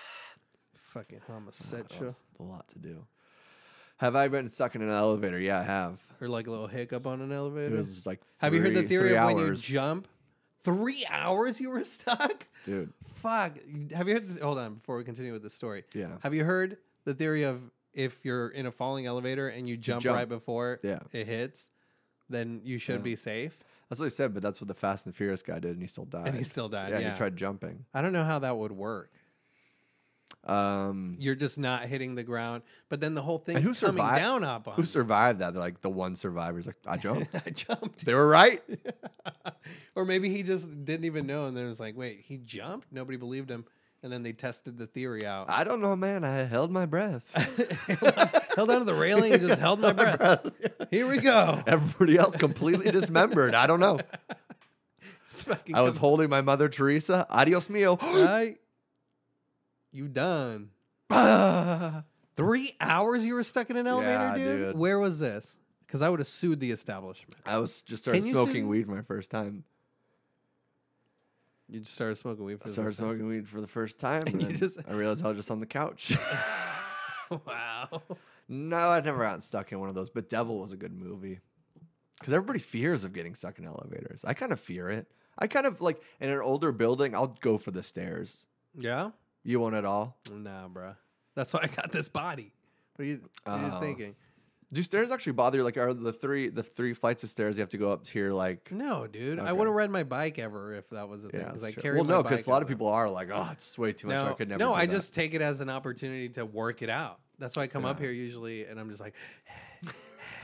Speaker 1: Fucking homosexual.
Speaker 2: That's a lot to do. Have I been stuck in an elevator? Yeah, I have.
Speaker 1: Or like a little hiccup on an
Speaker 2: It
Speaker 1: elevator.
Speaker 2: was like
Speaker 1: have you heard the
Speaker 2: three- three
Speaker 1: theory of when you
Speaker 2: hours.
Speaker 1: jump? Three hours you were stuck.
Speaker 2: dude?
Speaker 1: Fuck. Have you heard? The, hold on, before we continue with the story.
Speaker 2: Yeah.
Speaker 1: Have you heard the theory of if you're in a falling elevator and you jump,
Speaker 2: jump.
Speaker 1: right before
Speaker 2: Yeah.
Speaker 1: it hits, then you should be safe.
Speaker 2: That's what he said, but that's what the Fast and Furious guy did, and he still died.
Speaker 1: And he still died,
Speaker 2: Yeah,
Speaker 1: yeah.
Speaker 2: he tried jumping.
Speaker 1: I don't know how that would work.
Speaker 2: Um,
Speaker 1: You're just not hitting the ground, but then the whole thing's
Speaker 2: and who
Speaker 1: coming
Speaker 2: survived?
Speaker 1: down up on
Speaker 2: who
Speaker 1: you.
Speaker 2: survived that? They're like the one survivor's like I jumped.
Speaker 1: I jumped,
Speaker 2: they were right.
Speaker 1: or maybe he just didn't even know, and then it was like, wait, he jumped. Nobody believed him, and then they tested the theory out.
Speaker 2: I don't know, man. I held my breath.
Speaker 1: held onto the railing and just held my breath. Here we go.
Speaker 2: Everybody else completely dismembered. I don't know.
Speaker 1: It's fucking
Speaker 2: I was
Speaker 1: com-
Speaker 2: holding my mother Teresa. Adios mio.
Speaker 1: right. You done? Three hours you were stuck in an elevator,
Speaker 2: Yeah,
Speaker 1: dude?
Speaker 2: dude.
Speaker 1: Where was this? Because I would have sued the establishment.
Speaker 2: I was just started
Speaker 1: Can you
Speaker 2: smoking
Speaker 1: sue-
Speaker 2: weed my first time.
Speaker 1: You just started smoking weed. For
Speaker 2: I
Speaker 1: the
Speaker 2: started
Speaker 1: first time.
Speaker 2: smoking weed for the first time, and
Speaker 1: you
Speaker 2: then
Speaker 1: just-
Speaker 2: I realized I was just on the couch.
Speaker 1: Wow.
Speaker 2: no, I'd never gotten stuck in one of those. But Devil was a good movie because everybody fears of getting stuck in elevators. I kind of fear it. I kind of like in an older building. I'll go for the stairs.
Speaker 1: Yeah.
Speaker 2: You won't at all.
Speaker 1: Nah, bruh. That's why I got this body. What are you, what are you
Speaker 2: Oh.
Speaker 1: thinking?
Speaker 2: Do stairs actually bother you? Like, are the three the three flights of stairs you have to go up to here? Like,
Speaker 1: No, dude. I
Speaker 2: Okay.
Speaker 1: wouldn't ride my bike ever if that was a thing.
Speaker 2: yeah,
Speaker 1: Because
Speaker 2: that's
Speaker 1: I
Speaker 2: true.
Speaker 1: carry
Speaker 2: well,
Speaker 1: my
Speaker 2: no,
Speaker 1: because
Speaker 2: because a lot of people are like, oh, it's way too much.
Speaker 1: No,
Speaker 2: I could never.
Speaker 1: no
Speaker 2: do
Speaker 1: I
Speaker 2: that."
Speaker 1: just take it as an opportunity to work it out. That's why I come up here usually and I'm just like,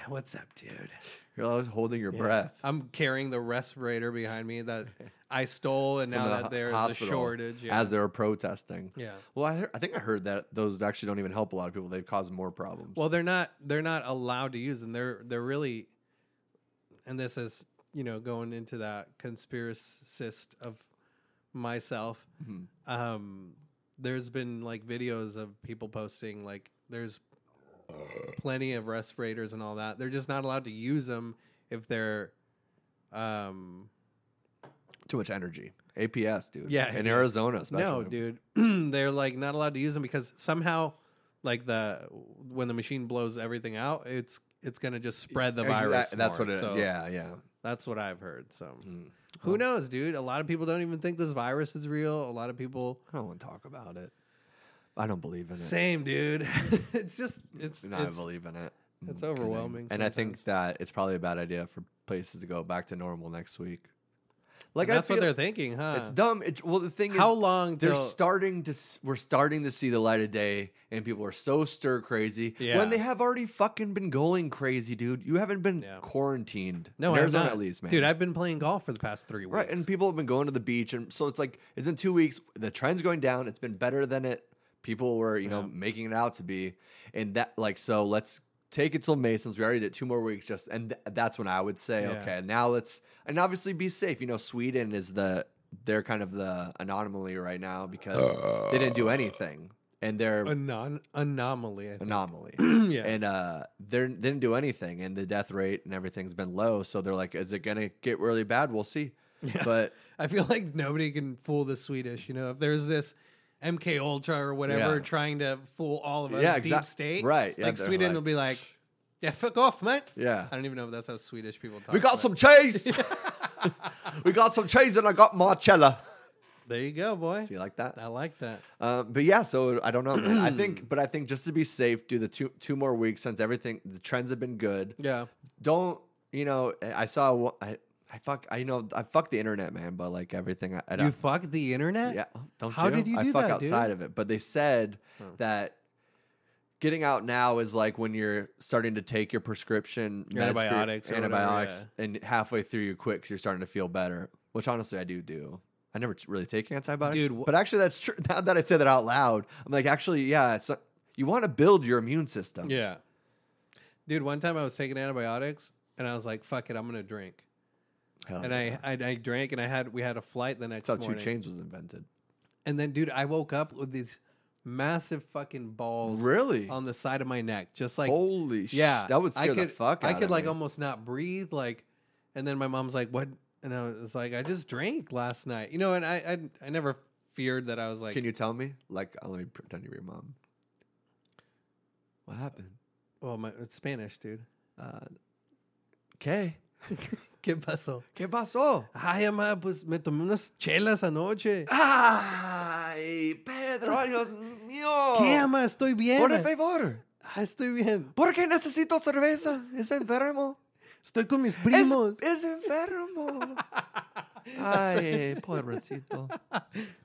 Speaker 1: what's up, dude?
Speaker 2: you're always holding your breath.
Speaker 1: I'm carrying the respirator behind me that I stole, and
Speaker 2: from
Speaker 1: now
Speaker 2: the
Speaker 1: that
Speaker 2: ho-
Speaker 1: there is a
Speaker 2: hospital
Speaker 1: shortage. Yeah.
Speaker 2: as they were protesting.
Speaker 1: Yeah.
Speaker 2: Well, I, hear- I think I heard that those actually don't even help a lot of people. They've caused more problems.
Speaker 1: well, they're not they're not allowed to use, and they're they're really, and this is you know going into that conspiracist of myself.
Speaker 2: Mm-hmm.
Speaker 1: Um, there's been like videos of people posting like there's plenty of respirators and all that. They're just not allowed to use them if they're um
Speaker 2: too much energy. APS, dude.
Speaker 1: Yeah,
Speaker 2: In
Speaker 1: APS.
Speaker 2: Arizona, especially.
Speaker 1: No, dude, they're like not allowed to use them because somehow, like the when the machine blows everything out, it's it's gonna just spread the
Speaker 2: Exa-
Speaker 1: virus.
Speaker 2: E, that's
Speaker 1: more.
Speaker 2: what it is.
Speaker 1: So
Speaker 2: Yeah, Hmm. yeah.
Speaker 1: that's what I've heard. So who knows, dude? A lot of people don't even think this virus is real. A lot of people,
Speaker 2: I don't want to talk about it. I don't believe in it.
Speaker 1: Same, dude. it's just it's
Speaker 2: And I
Speaker 1: it's,
Speaker 2: believe in it. Mm,
Speaker 1: it's
Speaker 2: kidding.
Speaker 1: overwhelming
Speaker 2: And I think that it's probably a bad idea for places to go back to normal next week. Like
Speaker 1: that's
Speaker 2: I
Speaker 1: what
Speaker 2: feel,
Speaker 1: they're thinking, huh?
Speaker 2: It's dumb. It, well, the thing
Speaker 1: How
Speaker 2: is,
Speaker 1: long
Speaker 2: they're
Speaker 1: till-
Speaker 2: starting to. s- We're starting to see the light of day, and people are so stir crazy
Speaker 1: Yeah.
Speaker 2: when they have already fucking been going crazy, dude. You haven't been
Speaker 1: Yeah.
Speaker 2: quarantined.
Speaker 1: No,
Speaker 2: in
Speaker 1: I'm
Speaker 2: Arizona
Speaker 1: not.
Speaker 2: at least, man.
Speaker 1: Dude, I've been playing golf for the past three weeks.
Speaker 2: right, and people have been going to the beach, and so it's like it's been two weeks. The trend's going down. It's been better than it. People were, you know, making it out to be, and that like so. Let's take it till May since we already did two more weeks. Just and th- that's when I would say,
Speaker 1: Yeah.
Speaker 2: okay, now let's and obviously be safe. You know, Sweden is the they're kind of the anomaly right now because they didn't do anything and they're
Speaker 1: a non anomaly. I think.
Speaker 2: anomaly.
Speaker 1: Yeah.
Speaker 2: And uh they're, they didn't do anything and the death rate and everything's been low, so they're like is it going to get really bad? We'll see. But
Speaker 1: I feel like nobody can fool the Swedish. You know, if there's this MK Ultra or whatever
Speaker 2: Yeah.
Speaker 1: trying to fool all of us,
Speaker 2: Yeah,
Speaker 1: deep
Speaker 2: exact-
Speaker 1: state,
Speaker 2: right, yeah,
Speaker 1: like
Speaker 2: they're
Speaker 1: Sweden
Speaker 2: like,
Speaker 1: will be like, "Yeah, fuck off, mate."
Speaker 2: Yeah.
Speaker 1: I don't even know if that's how Swedish people talk.
Speaker 2: we got
Speaker 1: but-
Speaker 2: some cheese. we got some cheese and I got Marcella.
Speaker 1: There you go, boy.
Speaker 2: Do you like that?
Speaker 1: I like that.
Speaker 2: Um, but yeah, so I don't know. man. I think, but I think just to be safe, do the two two more weeks since everything the trends have been good.
Speaker 1: Yeah,
Speaker 2: Don't you know? I saw one- I I fuck I you know I fuck the internet, man. But like everything, I, I
Speaker 1: you
Speaker 2: don't-
Speaker 1: fuck the internet.
Speaker 2: yeah. Don't
Speaker 1: How
Speaker 2: you?
Speaker 1: did you
Speaker 2: I
Speaker 1: do
Speaker 2: fuck
Speaker 1: that,
Speaker 2: outside
Speaker 1: dude?
Speaker 2: of it, but they said that getting out now is like when you're starting to take your prescription meds for your-
Speaker 1: Antibiotics or whatever,
Speaker 2: antibiotics, and halfway through you quit because you're starting to feel better. Which honestly, I do do. I never t- really take antibiotics,
Speaker 1: Dude, wh-
Speaker 2: but actually, that's true. Now that I say that out loud, I'm like, actually, yeah. It's, you want to build your immune system.
Speaker 1: Yeah. Dude, one time I was taking antibiotics and I was like, fuck it, I'm going to drink.
Speaker 2: Hell
Speaker 1: And
Speaker 2: yeah.
Speaker 1: I, I I drank and I had we had a flight the next
Speaker 2: Oh that's how two
Speaker 1: morning.
Speaker 2: chains was invented.
Speaker 1: And then dude, I woke up with these massive fucking balls
Speaker 2: Really?
Speaker 1: on the side of my neck. Just like
Speaker 2: Holy
Speaker 1: yeah,
Speaker 2: shit! That would
Speaker 1: I
Speaker 2: scare
Speaker 1: could,
Speaker 2: the fuck.
Speaker 1: I
Speaker 2: out
Speaker 1: could
Speaker 2: of
Speaker 1: like
Speaker 2: me.
Speaker 1: almost not breathe. Like, and then my mom's like, "What?" And I was like, "I just drank last night." You know, and I I, I never feared that I was like,
Speaker 2: Can you tell me? Like, uh, let me pretend you're your mom. What happened?
Speaker 1: "Well, "Oh, my it's Spanish, dude."
Speaker 2: ¿Qué?
Speaker 1: ¿Qué pasó?
Speaker 2: ¿Qué pasó?
Speaker 1: Ay, mamá, pues me tomé unas chelas anoche.
Speaker 2: Ay, Pedro, ay, Dios mío.
Speaker 1: ¿Qué, mamá? Estoy bien.
Speaker 2: Por favor.
Speaker 1: Ah, estoy bien.
Speaker 2: ¿Por qué necesito cerveza? Es enfermo.
Speaker 1: Estoy con mis
Speaker 2: Es,
Speaker 1: primos.
Speaker 2: es enfermo. Ay, pobrecito.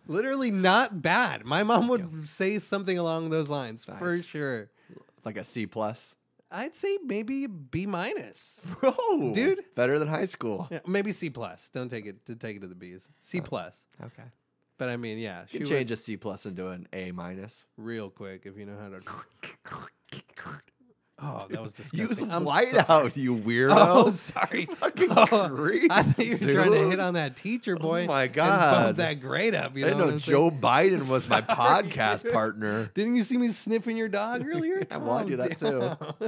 Speaker 1: Literally not bad. My mom would say something along those lines for
Speaker 2: Nice.
Speaker 1: sure.
Speaker 2: It's like a C plus.
Speaker 1: I'd say maybe B minus.
Speaker 2: Bro,
Speaker 1: Dude.
Speaker 2: better than high school.
Speaker 1: Yeah, maybe C plus. Don't take it to take it to the B's. C plus.
Speaker 2: Okay,
Speaker 1: But I mean, yeah,
Speaker 2: you
Speaker 1: she would
Speaker 2: can change a C plus into an A minus.
Speaker 1: real quick if you know how to. Oh, that was disgusting.
Speaker 2: Use
Speaker 1: I'm
Speaker 2: white
Speaker 1: so-
Speaker 2: out, you weirdo.
Speaker 1: Oh, sorry.
Speaker 2: fucking
Speaker 1: Oh,
Speaker 2: creep,
Speaker 1: I thought you were trying to
Speaker 2: dude.
Speaker 1: hit on that teacher boy.
Speaker 2: my
Speaker 1: and bump
Speaker 2: God.
Speaker 1: that grade up. You
Speaker 2: I didn't
Speaker 1: know, what
Speaker 2: know
Speaker 1: I'm
Speaker 2: Joe
Speaker 1: saying?
Speaker 2: Biden was my
Speaker 1: Sorry,
Speaker 2: podcast
Speaker 1: dude.
Speaker 2: partner.
Speaker 1: Didn't you see me sniffing your dog earlier?
Speaker 2: I want to do
Speaker 1: Oh,
Speaker 2: that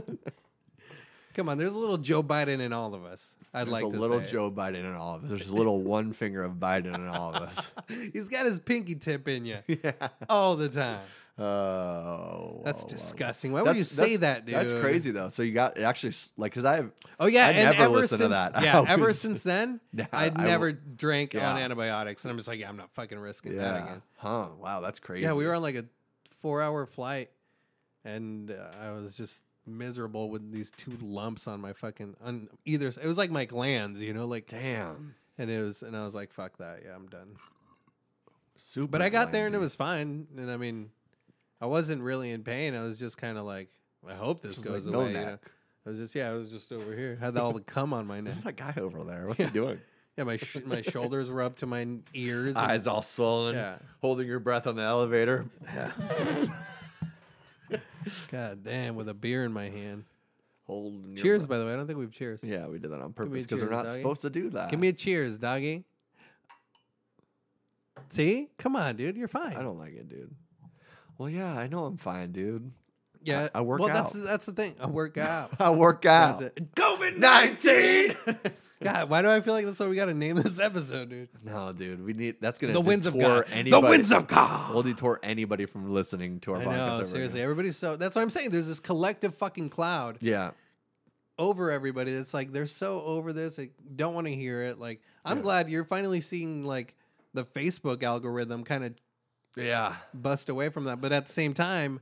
Speaker 2: too.
Speaker 1: Come on, there's a little Joe Biden in all of us. I'd
Speaker 2: There's
Speaker 1: like
Speaker 2: a
Speaker 1: to
Speaker 2: little
Speaker 1: say.
Speaker 2: Joe Biden in all of us. There's a little one finger of Biden in all of us.
Speaker 1: He's got his pinky tip in you all the time.
Speaker 2: Oh,
Speaker 1: That's
Speaker 2: wow, wow.
Speaker 1: disgusting. Why would you say that, dude?
Speaker 2: That's crazy though. So you got it actually s- like because I have
Speaker 1: Oh yeah,
Speaker 2: I
Speaker 1: and
Speaker 2: never
Speaker 1: ever
Speaker 2: listen
Speaker 1: since,
Speaker 2: to that. I
Speaker 1: Yeah, ever
Speaker 2: always-
Speaker 1: since then,
Speaker 2: Nah,
Speaker 1: I'd
Speaker 2: I
Speaker 1: never
Speaker 2: won't-
Speaker 1: drank on
Speaker 2: Yeah.
Speaker 1: antibiotics, and I'm just like, yeah, I'm not fucking risking that
Speaker 2: yeah
Speaker 1: again.
Speaker 2: huh wow that's crazy
Speaker 1: Yeah, we were on like a four-hour flight, and uh, I was just miserable with these two lumps on my fucking on either. s- It was like my glands, you know, like
Speaker 2: damn
Speaker 1: and it was, and I was like, fuck that, yeah, I'm done.
Speaker 2: super
Speaker 1: But I got there and it
Speaker 2: glandy.
Speaker 1: was fine, and I mean, I wasn't really in pain. I was just kind of like, I hope this
Speaker 2: Just like,
Speaker 1: goes
Speaker 2: no
Speaker 1: away. you know?
Speaker 2: neck.
Speaker 1: I was just yeah, I was just over here, had all the cum on my neck.
Speaker 2: Who's that guy over there? What's he doing?
Speaker 1: Yeah, my sh- my shoulders were up to my n- ears. and-
Speaker 2: Eyes all swollen,
Speaker 1: Yeah.
Speaker 2: holding your breath on the elevator.
Speaker 1: God damn, with a beer in my hand.
Speaker 2: Holding your
Speaker 1: Cheers,
Speaker 2: breath.
Speaker 1: by the way. I don't think we've cheers.
Speaker 2: Yeah, we did that on purpose
Speaker 1: a
Speaker 2: because we're
Speaker 1: cheers,
Speaker 2: not
Speaker 1: doggy.
Speaker 2: supposed to do that.
Speaker 1: Give me a cheers, doggy. See, come on, dude, you're fine.
Speaker 2: I don't like it, dude. Well, yeah, I know I'm fine, dude.
Speaker 1: Yeah,
Speaker 2: I- I work
Speaker 1: well, that's
Speaker 2: out.
Speaker 1: that's the thing. I work out.
Speaker 2: I work out.
Speaker 1: COVID
Speaker 2: Nineteen.
Speaker 1: God, why do I feel like that's what we got to name this episode, dude?
Speaker 2: no, dude, we need. That's gonna
Speaker 1: The winds of
Speaker 2: detour
Speaker 1: God. The
Speaker 2: anybody.
Speaker 1: winds of God.
Speaker 2: We'll detour anybody from listening to our
Speaker 1: I
Speaker 2: podcast.
Speaker 1: know,
Speaker 2: ever
Speaker 1: seriously.
Speaker 2: again.
Speaker 1: Everybody's so. That's what I'm saying. There's this collective fucking cloud.
Speaker 2: Yeah,
Speaker 1: over everybody that's like they're so over this they don't want to hear it like i'm glad you're finally seeing like the facebook algorithm kind of
Speaker 2: Yeah.
Speaker 1: bust away from that. But at the same time,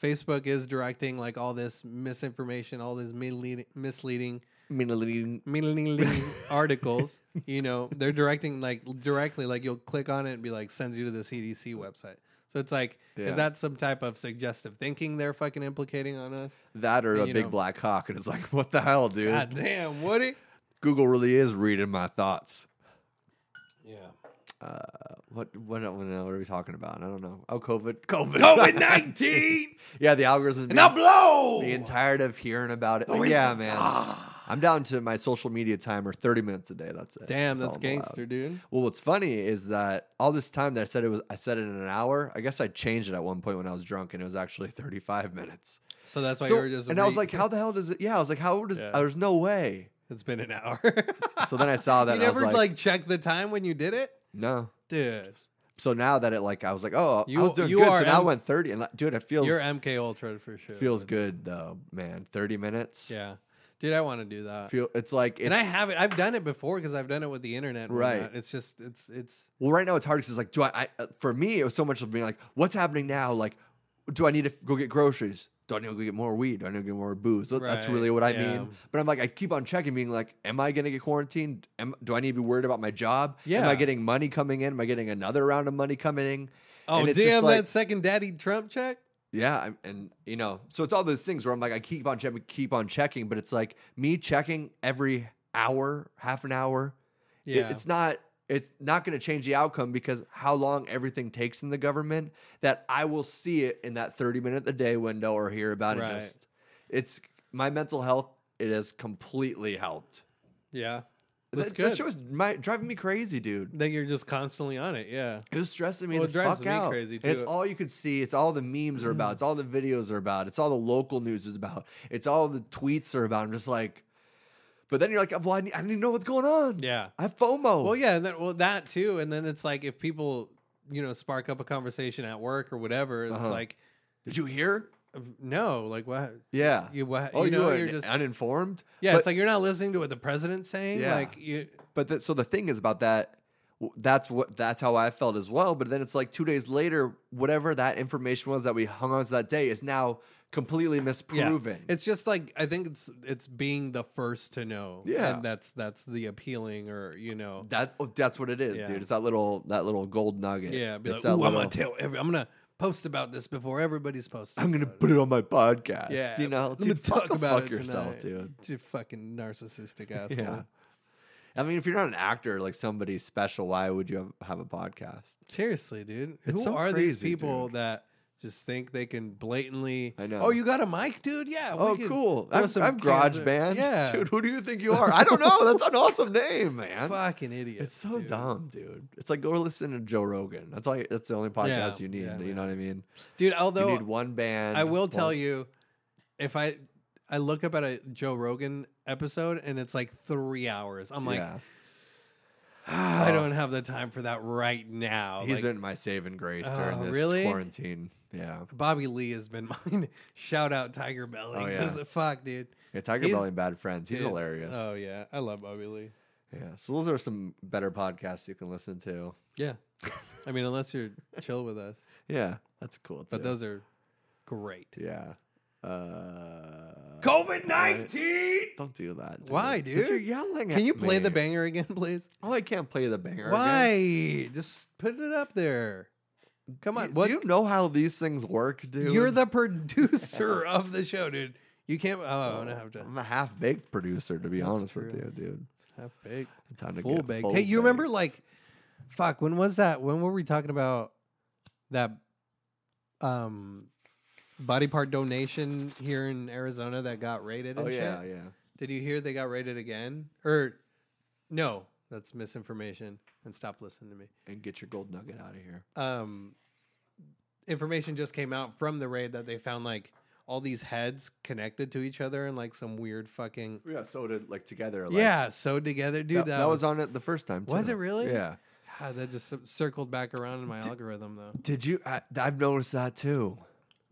Speaker 1: Facebook is directing like all this misinformation, all this misleading, misleading,
Speaker 2: Mean
Speaker 1: misleading articles. You know, they're directing like directly, like you'll click on it and be like, sends you to the CDC website. So it's like,
Speaker 2: Yeah.
Speaker 1: is that some type of suggestive thinking they're fucking implicating on us?
Speaker 2: that or
Speaker 1: And
Speaker 2: a
Speaker 1: you
Speaker 2: big
Speaker 1: know-
Speaker 2: black hawk, and it's like, what the hell, dude?
Speaker 1: God damn, Woody.
Speaker 2: Google really is reading my thoughts.
Speaker 1: Yeah.
Speaker 2: What what what are we talking about? I don't know. Oh, COVID, COVID, COVID nineteen. yeah, the algorithm. And I'm blow. Being tired of hearing about it.
Speaker 1: Oh,
Speaker 2: Like, yeah, man. I'm down to my social media timer, thirty minutes a day. That's it.
Speaker 1: Damn, that's,
Speaker 2: all I'm allowed.
Speaker 1: gangster, dude.
Speaker 2: Well, what's funny is that all this time that I said it was, I said it in an hour. I guess I changed it at one point when I was drunk, and it was actually 35 minutes.
Speaker 1: So that's why
Speaker 2: So-
Speaker 1: you were just.
Speaker 2: and I was
Speaker 1: re-
Speaker 2: like, how the hell does it? Yeah, I was like, how does?
Speaker 1: Yeah.
Speaker 2: There's no way.
Speaker 1: it's been an hour.
Speaker 2: So then I saw that.
Speaker 1: you
Speaker 2: and I was
Speaker 1: never
Speaker 2: like,
Speaker 1: like, checked the time when you did it,
Speaker 2: no.
Speaker 1: dude.
Speaker 2: So now that it like, I was like, oh,
Speaker 1: You-
Speaker 2: I was doing
Speaker 1: you
Speaker 2: good.
Speaker 1: are
Speaker 2: So now I
Speaker 1: M-
Speaker 2: went 30, and like, dude, it feels
Speaker 1: You're MK Ultra for sure.
Speaker 2: feels good though, man. 30 minutes.
Speaker 1: Yeah, dude, I want to do that.
Speaker 2: Feel it's like it's
Speaker 1: and I have it. I've done it before because I've done it with the internet. and
Speaker 2: Right.
Speaker 1: whatnot. It's just it's it's
Speaker 2: well right now it's hard because it's like do I, I uh, for me it was so much of being like what's happening now like do I need to f- go get groceries do I need to go get more weed do I need to get more booze Tha- that's
Speaker 1: Right,
Speaker 2: really what I
Speaker 1: yeah.
Speaker 2: mean but I'm like I keep on checking being like am I gonna get quarantined am, do I need to be worried about my job am I
Speaker 1: Yeah.
Speaker 2: getting money coming in am I getting another round of money coming in
Speaker 1: oh
Speaker 2: And
Speaker 1: damn
Speaker 2: it's just like-
Speaker 1: that second daddy Trump check.
Speaker 2: yeah, I'm, and you know, so it's all those things where I'm like, I keep on checking, keep on checking, but it's like me checking every hour, half an hour. it-
Speaker 1: Yeah.
Speaker 2: it's not. It's not going to change the outcome because how long everything takes in the government that I will see it in that 30 minute a day window or hear about
Speaker 1: Right.
Speaker 2: it. Just it's my mental health. It has completely helped.
Speaker 1: Yeah, that's
Speaker 2: that,
Speaker 1: good.
Speaker 2: that show is my, driving me crazy, dude.
Speaker 1: that you're just constantly on it. Yeah,
Speaker 2: It was stressing me
Speaker 1: Well,
Speaker 2: the
Speaker 1: it drives
Speaker 2: fuck
Speaker 1: me
Speaker 2: out.
Speaker 1: crazy,
Speaker 2: And it's
Speaker 1: too.
Speaker 2: all you could see. It's all the memes are about. It's all the videos are about. It's all the local news is about. It's all the tweets are about. I'm just like, but then you're like, well, I need, I need to know what's going on.
Speaker 1: Yeah.
Speaker 2: I have FOMO.
Speaker 1: Well, yeah, and then, well that too, and then it's like if people you know spark up a conversation at work or whatever, it's
Speaker 2: Uh-huh.
Speaker 1: like um,
Speaker 2: Did you hear?
Speaker 1: no, like what?
Speaker 2: Yeah.
Speaker 1: You what?
Speaker 2: oh,
Speaker 1: you know,
Speaker 2: are
Speaker 1: you're
Speaker 2: un-
Speaker 1: just
Speaker 2: uninformed.
Speaker 1: yeah.
Speaker 2: But-
Speaker 1: it's like you're not listening to what the president's saying.
Speaker 2: Yeah.
Speaker 1: Like you,
Speaker 2: But that, so the thing is about that. w- That's what. That's how I felt as well. But then it's like two days later, whatever that information was that we hung on to that day is now completely misproven.
Speaker 1: Yeah. It's just like I think it's it's being the first to know.
Speaker 2: Yeah.
Speaker 1: and that's that's the appealing, or you know,
Speaker 2: That oh, that's what it is,
Speaker 1: Yeah.
Speaker 2: dude. It's that little that little gold nugget.
Speaker 1: yeah. Be
Speaker 2: it's
Speaker 1: like,
Speaker 2: that
Speaker 1: "Ooh, I'm
Speaker 2: little-
Speaker 1: gonna tell. Every, I'm gonna post about this before everybody's posting.
Speaker 2: I'm gonna
Speaker 1: about
Speaker 2: put it on my podcast.
Speaker 1: Yeah,
Speaker 2: you know,
Speaker 1: let
Speaker 2: dude,
Speaker 1: me
Speaker 2: fuck,
Speaker 1: talk about
Speaker 2: fuck
Speaker 1: it
Speaker 2: yourself,
Speaker 1: tonight.
Speaker 2: dude.
Speaker 1: You fucking narcissistic asshole.
Speaker 2: Yeah. I mean, if you're not an actor like somebody special, why would you have, have a podcast?
Speaker 1: Seriously, dude.
Speaker 2: It's
Speaker 1: Who
Speaker 2: so
Speaker 1: are these
Speaker 2: crazy,
Speaker 1: people
Speaker 2: dude.
Speaker 1: that just think they can blatantly?
Speaker 2: I know.
Speaker 1: Oh, you got a mic, dude? Yeah. we
Speaker 2: Oh,
Speaker 1: can
Speaker 2: cool!
Speaker 1: throw
Speaker 2: I'm,
Speaker 1: some
Speaker 2: I'm
Speaker 1: cans
Speaker 2: Garage
Speaker 1: in-
Speaker 2: Band.
Speaker 1: Yeah.
Speaker 2: dude. Who do you think you are? I don't know. That's an awesome name, man.
Speaker 1: Fucking idiot.
Speaker 2: It's so dumb, dude. It's like go listen to Joe Rogan. That's all. You, that's the only podcast you need.
Speaker 1: yeah,
Speaker 2: you
Speaker 1: man.
Speaker 2: know what I mean?
Speaker 1: dude.
Speaker 2: You
Speaker 1: Although
Speaker 2: need one band.
Speaker 1: I will tell
Speaker 2: one-
Speaker 1: you, if I I look up at a Joe Rogan episode and it's like three hours, I'm like,
Speaker 2: Yeah.
Speaker 1: "Ah, I don't have the time for that right now.
Speaker 2: He's
Speaker 1: Like,
Speaker 2: been my saving grace during
Speaker 1: Oh,
Speaker 2: this
Speaker 1: really?
Speaker 2: quarantine. Yeah.
Speaker 1: Bobby Lee has been mine. Shout out Tiger Belly.
Speaker 2: Oh, yeah.
Speaker 1: 'cause fuck, dude.
Speaker 2: Yeah, Tiger
Speaker 1: He's-
Speaker 2: Belly and Bad Friends. He's
Speaker 1: Dude,
Speaker 2: hilarious.
Speaker 1: Oh yeah, I love Bobby Lee.
Speaker 2: Yeah. So those are some better podcasts you can listen to.
Speaker 1: Yeah, I mean unless you're chill with us,
Speaker 2: Yeah, that's cool. Too.
Speaker 1: but those are great.
Speaker 2: Yeah. Uh,
Speaker 1: COVID nineteen.
Speaker 2: don't do that. Dude.
Speaker 1: Why,
Speaker 2: 'Cause
Speaker 1: dude?
Speaker 2: You're yelling.
Speaker 1: Can
Speaker 2: at
Speaker 1: you play the
Speaker 2: me.
Speaker 1: banger again, please?
Speaker 2: Oh, I can't play the banger. again.
Speaker 1: Why? Just put it up there. Come
Speaker 2: Do
Speaker 1: on.
Speaker 2: you-
Speaker 1: what
Speaker 2: Do you know how these things work, dude?
Speaker 1: You're the producer of the show, dude. You can't. Oh, I'm gonna have to
Speaker 2: I'm a half baked producer, to be honest with
Speaker 1: true.
Speaker 2: you, dude.
Speaker 1: have big,
Speaker 2: Time to
Speaker 1: full
Speaker 2: get
Speaker 1: big.
Speaker 2: full
Speaker 1: Hey, you remember
Speaker 2: baked.
Speaker 1: like, fuck? When was that? When were we talking about that? Um, body part donation here in Arizona that got raided. And
Speaker 2: Oh yeah,
Speaker 1: shit?
Speaker 2: yeah.
Speaker 1: Did you hear they got raided again? Or no, that's misinformation. And stop listening to me.
Speaker 2: And get your gold nugget out of here.
Speaker 1: um, information just came out from the raid that they found like all these heads connected to each other in like some weird fucking
Speaker 2: Yeah. So did like together. Like,
Speaker 1: yeah sewed together dude
Speaker 2: That, that was on it the first time.
Speaker 1: Was
Speaker 2: too.
Speaker 1: it really?
Speaker 2: Yeah.
Speaker 1: God, that just circled back around in my algorithm though
Speaker 2: Did you? I, I've noticed that too.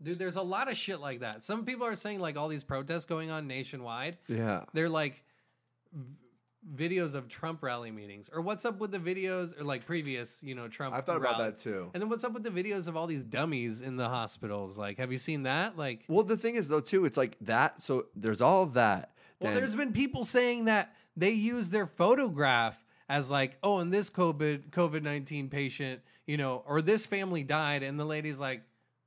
Speaker 1: dude there's a lot of shit like that some people are saying like all these protests going on nationwide
Speaker 2: Yeah.
Speaker 1: they're like videos of Trump rally meetings, or what's up with the videos, or like previous, you know, Trump.
Speaker 2: I've thought about
Speaker 1: rally-
Speaker 2: that too.
Speaker 1: And then what's up with the videos of all these dummies in the hospitals? Like, have you seen that? Like, well,
Speaker 2: Well, the thing is though too, it's like that. So there's all that. then-
Speaker 1: there's been people saying that they use their photograph as like, oh, and this COVID COVID nineteen patient, you know, or this family died, and the lady's like,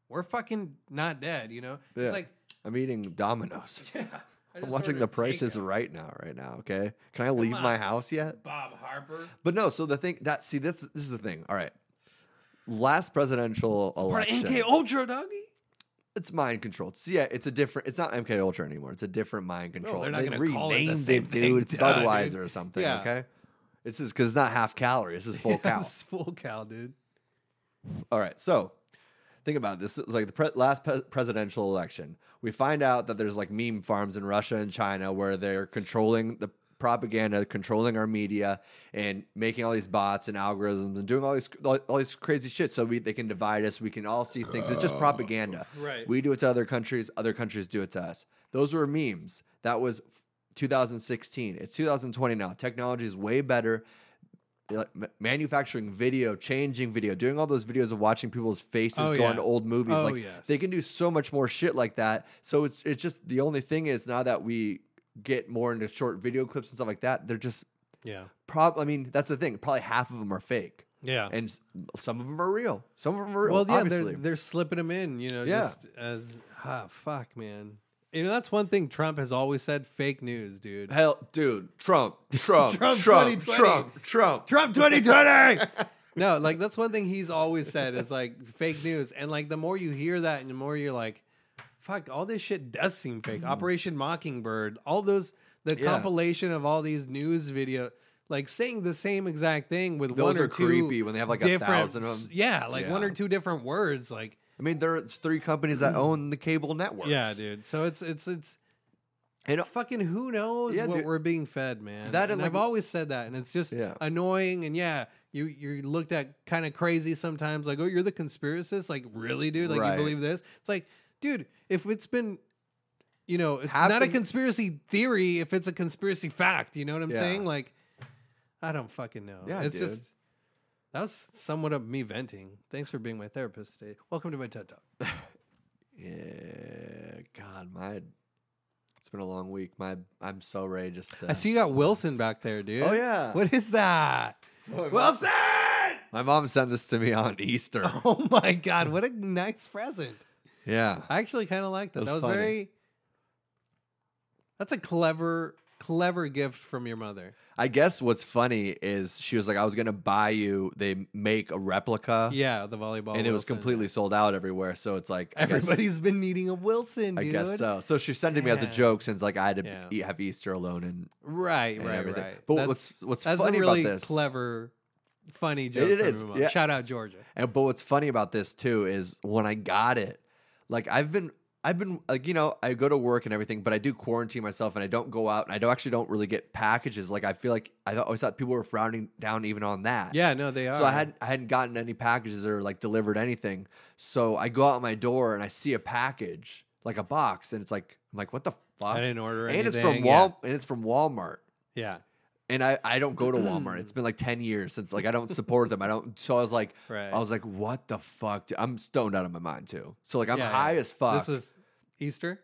Speaker 1: we're fucking not dead, you know.
Speaker 2: Yeah.
Speaker 1: It's like
Speaker 2: I'm eating Domino's.
Speaker 1: I
Speaker 2: I'm
Speaker 1: just
Speaker 2: watching the
Speaker 1: ordered
Speaker 2: prices
Speaker 1: takeout.
Speaker 2: right now, right now. Okay, can I leave my
Speaker 1: on.
Speaker 2: house yet?
Speaker 1: Bob Harper.
Speaker 2: But no. So the thing that see this this is the thing. All right, last presidential
Speaker 1: Part of
Speaker 2: election.
Speaker 1: NK Ultra doggy.
Speaker 2: It's mind controlled. So yeah, it's a different. It's not MK Ultra anymore. It's a different mind control.
Speaker 1: they're not
Speaker 2: They
Speaker 1: gonna call it the
Speaker 2: renamed
Speaker 1: same thing.
Speaker 2: dude. It's
Speaker 1: Duh,
Speaker 2: Budweiser
Speaker 1: dude.
Speaker 2: or something.
Speaker 1: Yeah.
Speaker 2: Okay. This is because it's not half calorie. This is full cow.
Speaker 1: It's full cow, dude.
Speaker 2: All right. So think about it. this. It's like the pre- last pe- presidential election. We find out that there's like meme farms in Russia and China where they're controlling the propaganda, controlling our media, and making all these bots and algorithms and doing all these all, all these crazy shit. So we, they can divide us. We can all see things. It's just propaganda.
Speaker 1: Right.
Speaker 2: We do it to other countries. Other countries do it to us. Those were memes. That was. 2016. It's 2020 now. Technology is way better like, ma- manufacturing video, changing video, doing all those videos of watching people's faces
Speaker 1: Oh,
Speaker 2: go
Speaker 1: yeah.
Speaker 2: into old movies.
Speaker 1: Oh,
Speaker 2: like
Speaker 1: yes.
Speaker 2: they can do so much more shit like that. So it's it's just the only thing is now that we get more into short video clips and stuff like that, they're just
Speaker 1: Yeah.
Speaker 2: prob. I mean, that's the thing. Probably half of them are fake,
Speaker 1: Yeah.
Speaker 2: and s- some of them are real. Some of them are real.
Speaker 1: well, yeah,
Speaker 2: obviously.
Speaker 1: they're they're slipping them in, you know,
Speaker 2: Yeah.
Speaker 1: just as ah fuck, man. You know, that's one thing Trump has always said: fake news, dude.
Speaker 2: Hell, dude, Trump, Trump,
Speaker 1: Trump
Speaker 2: Trump, Trump,
Speaker 1: 2020.
Speaker 2: Trump, Trump.
Speaker 1: Trump twenty twenty. no, like that's one thing he's always said is like fake news, and like the more you hear that, and the more you're like, fuck, all this shit does seem fake. Operation Mockingbird, all those the
Speaker 2: Mm-hmm. Yeah.
Speaker 1: compilation of all these news video. Like saying the same exact thing with
Speaker 2: Those
Speaker 1: one or
Speaker 2: are
Speaker 1: two
Speaker 2: creepy when they have, like, a
Speaker 1: different-
Speaker 2: thousand of 'em.
Speaker 1: Yeah, like one
Speaker 2: Yeah.
Speaker 1: or two different words. Like
Speaker 2: I mean, there's three companies that own the cable networks.
Speaker 1: Yeah, dude. So it's it's it's
Speaker 2: And
Speaker 1: fucking who knows
Speaker 2: Yeah,
Speaker 1: what
Speaker 2: dude.
Speaker 1: we're being fed, man.
Speaker 2: That
Speaker 1: That
Speaker 2: and,
Speaker 1: and I've
Speaker 2: like-
Speaker 1: always said that, and it's just
Speaker 2: Yeah.
Speaker 1: annoying. And yeah, you you're looked at kind of crazy sometimes. Like, oh, you're the conspiracist. Like, really, dude? Like,
Speaker 2: Right.
Speaker 1: you believe this? It's like, dude, if it's been you know, it's not a
Speaker 2: Happen-
Speaker 1: conspiracy theory if it's a conspiracy fact. You know what I'm
Speaker 2: Yeah.
Speaker 1: saying? Like, I don't fucking know.
Speaker 2: Yeah,
Speaker 1: it's
Speaker 2: dude.
Speaker 1: just that was somewhat of me venting. Thanks for being my therapist today. Welcome to my TED Talk.
Speaker 2: Yeah, God, my it's been a long week. My I'm so ready just to.
Speaker 1: I see you got Wilson back there, dude.
Speaker 2: Oh, yeah.
Speaker 1: What is that? Wilson!
Speaker 2: My mom sent this to me on Easter.
Speaker 1: Oh my god, what a nice present.
Speaker 2: Yeah,
Speaker 1: I actually kind of like that.
Speaker 2: That
Speaker 1: That
Speaker 2: was
Speaker 1: was,
Speaker 2: funny.
Speaker 1: very That's a clever clever gift from your mother.
Speaker 2: I guess what's funny is she was like, "I was gonna buy you." They make a replica,
Speaker 1: Yeah, the volleyball.
Speaker 2: Uh, and it was
Speaker 1: Wilson.
Speaker 2: completely sold out everywhere. So it's like I guess-
Speaker 1: Everybody's been needing a Wilson,
Speaker 2: I
Speaker 1: dude.
Speaker 2: guess so. So she sent it to me as a
Speaker 1: Yeah.
Speaker 2: joke since like I had to
Speaker 1: Yeah.
Speaker 2: eat, have Easter alone and,
Speaker 1: Right,
Speaker 2: and
Speaker 1: right,
Speaker 2: everything.
Speaker 1: right.
Speaker 2: But
Speaker 1: That's-
Speaker 2: what's what's
Speaker 1: that's
Speaker 2: funny
Speaker 1: a really
Speaker 2: about this?
Speaker 1: clever funny joke.
Speaker 2: it
Speaker 1: from
Speaker 2: is,
Speaker 1: your mom.
Speaker 2: yeah.
Speaker 1: Shout out Georgia.
Speaker 2: And but what's funny about this too is when I got it, like I've been I've been like you know, I go to work and everything, but I do quarantine myself and I don't go out and I don't actually don't really get packages. Like I feel like I thought- always thought people were frowning down even on that.
Speaker 1: Yeah, no, they are.
Speaker 2: So I hadn't I hadn't gotten any packages or like delivered anything. So I go out my door and I see a package, like a box, and it's like I'm like, what the fuck?
Speaker 1: I didn't order
Speaker 2: and it's from
Speaker 1: anything,
Speaker 2: Wal and it's from Walmart
Speaker 1: Yeah.
Speaker 2: and I, I don't go to Walmart. It's been like ten years since like I don't support them. I don't. So I was like,
Speaker 1: Right.
Speaker 2: I was like, what the fuck? dude? I'm stoned out of my mind too. So like I'm
Speaker 1: Yeah,
Speaker 2: high
Speaker 1: yeah.
Speaker 2: as fuck.
Speaker 1: This was Easter?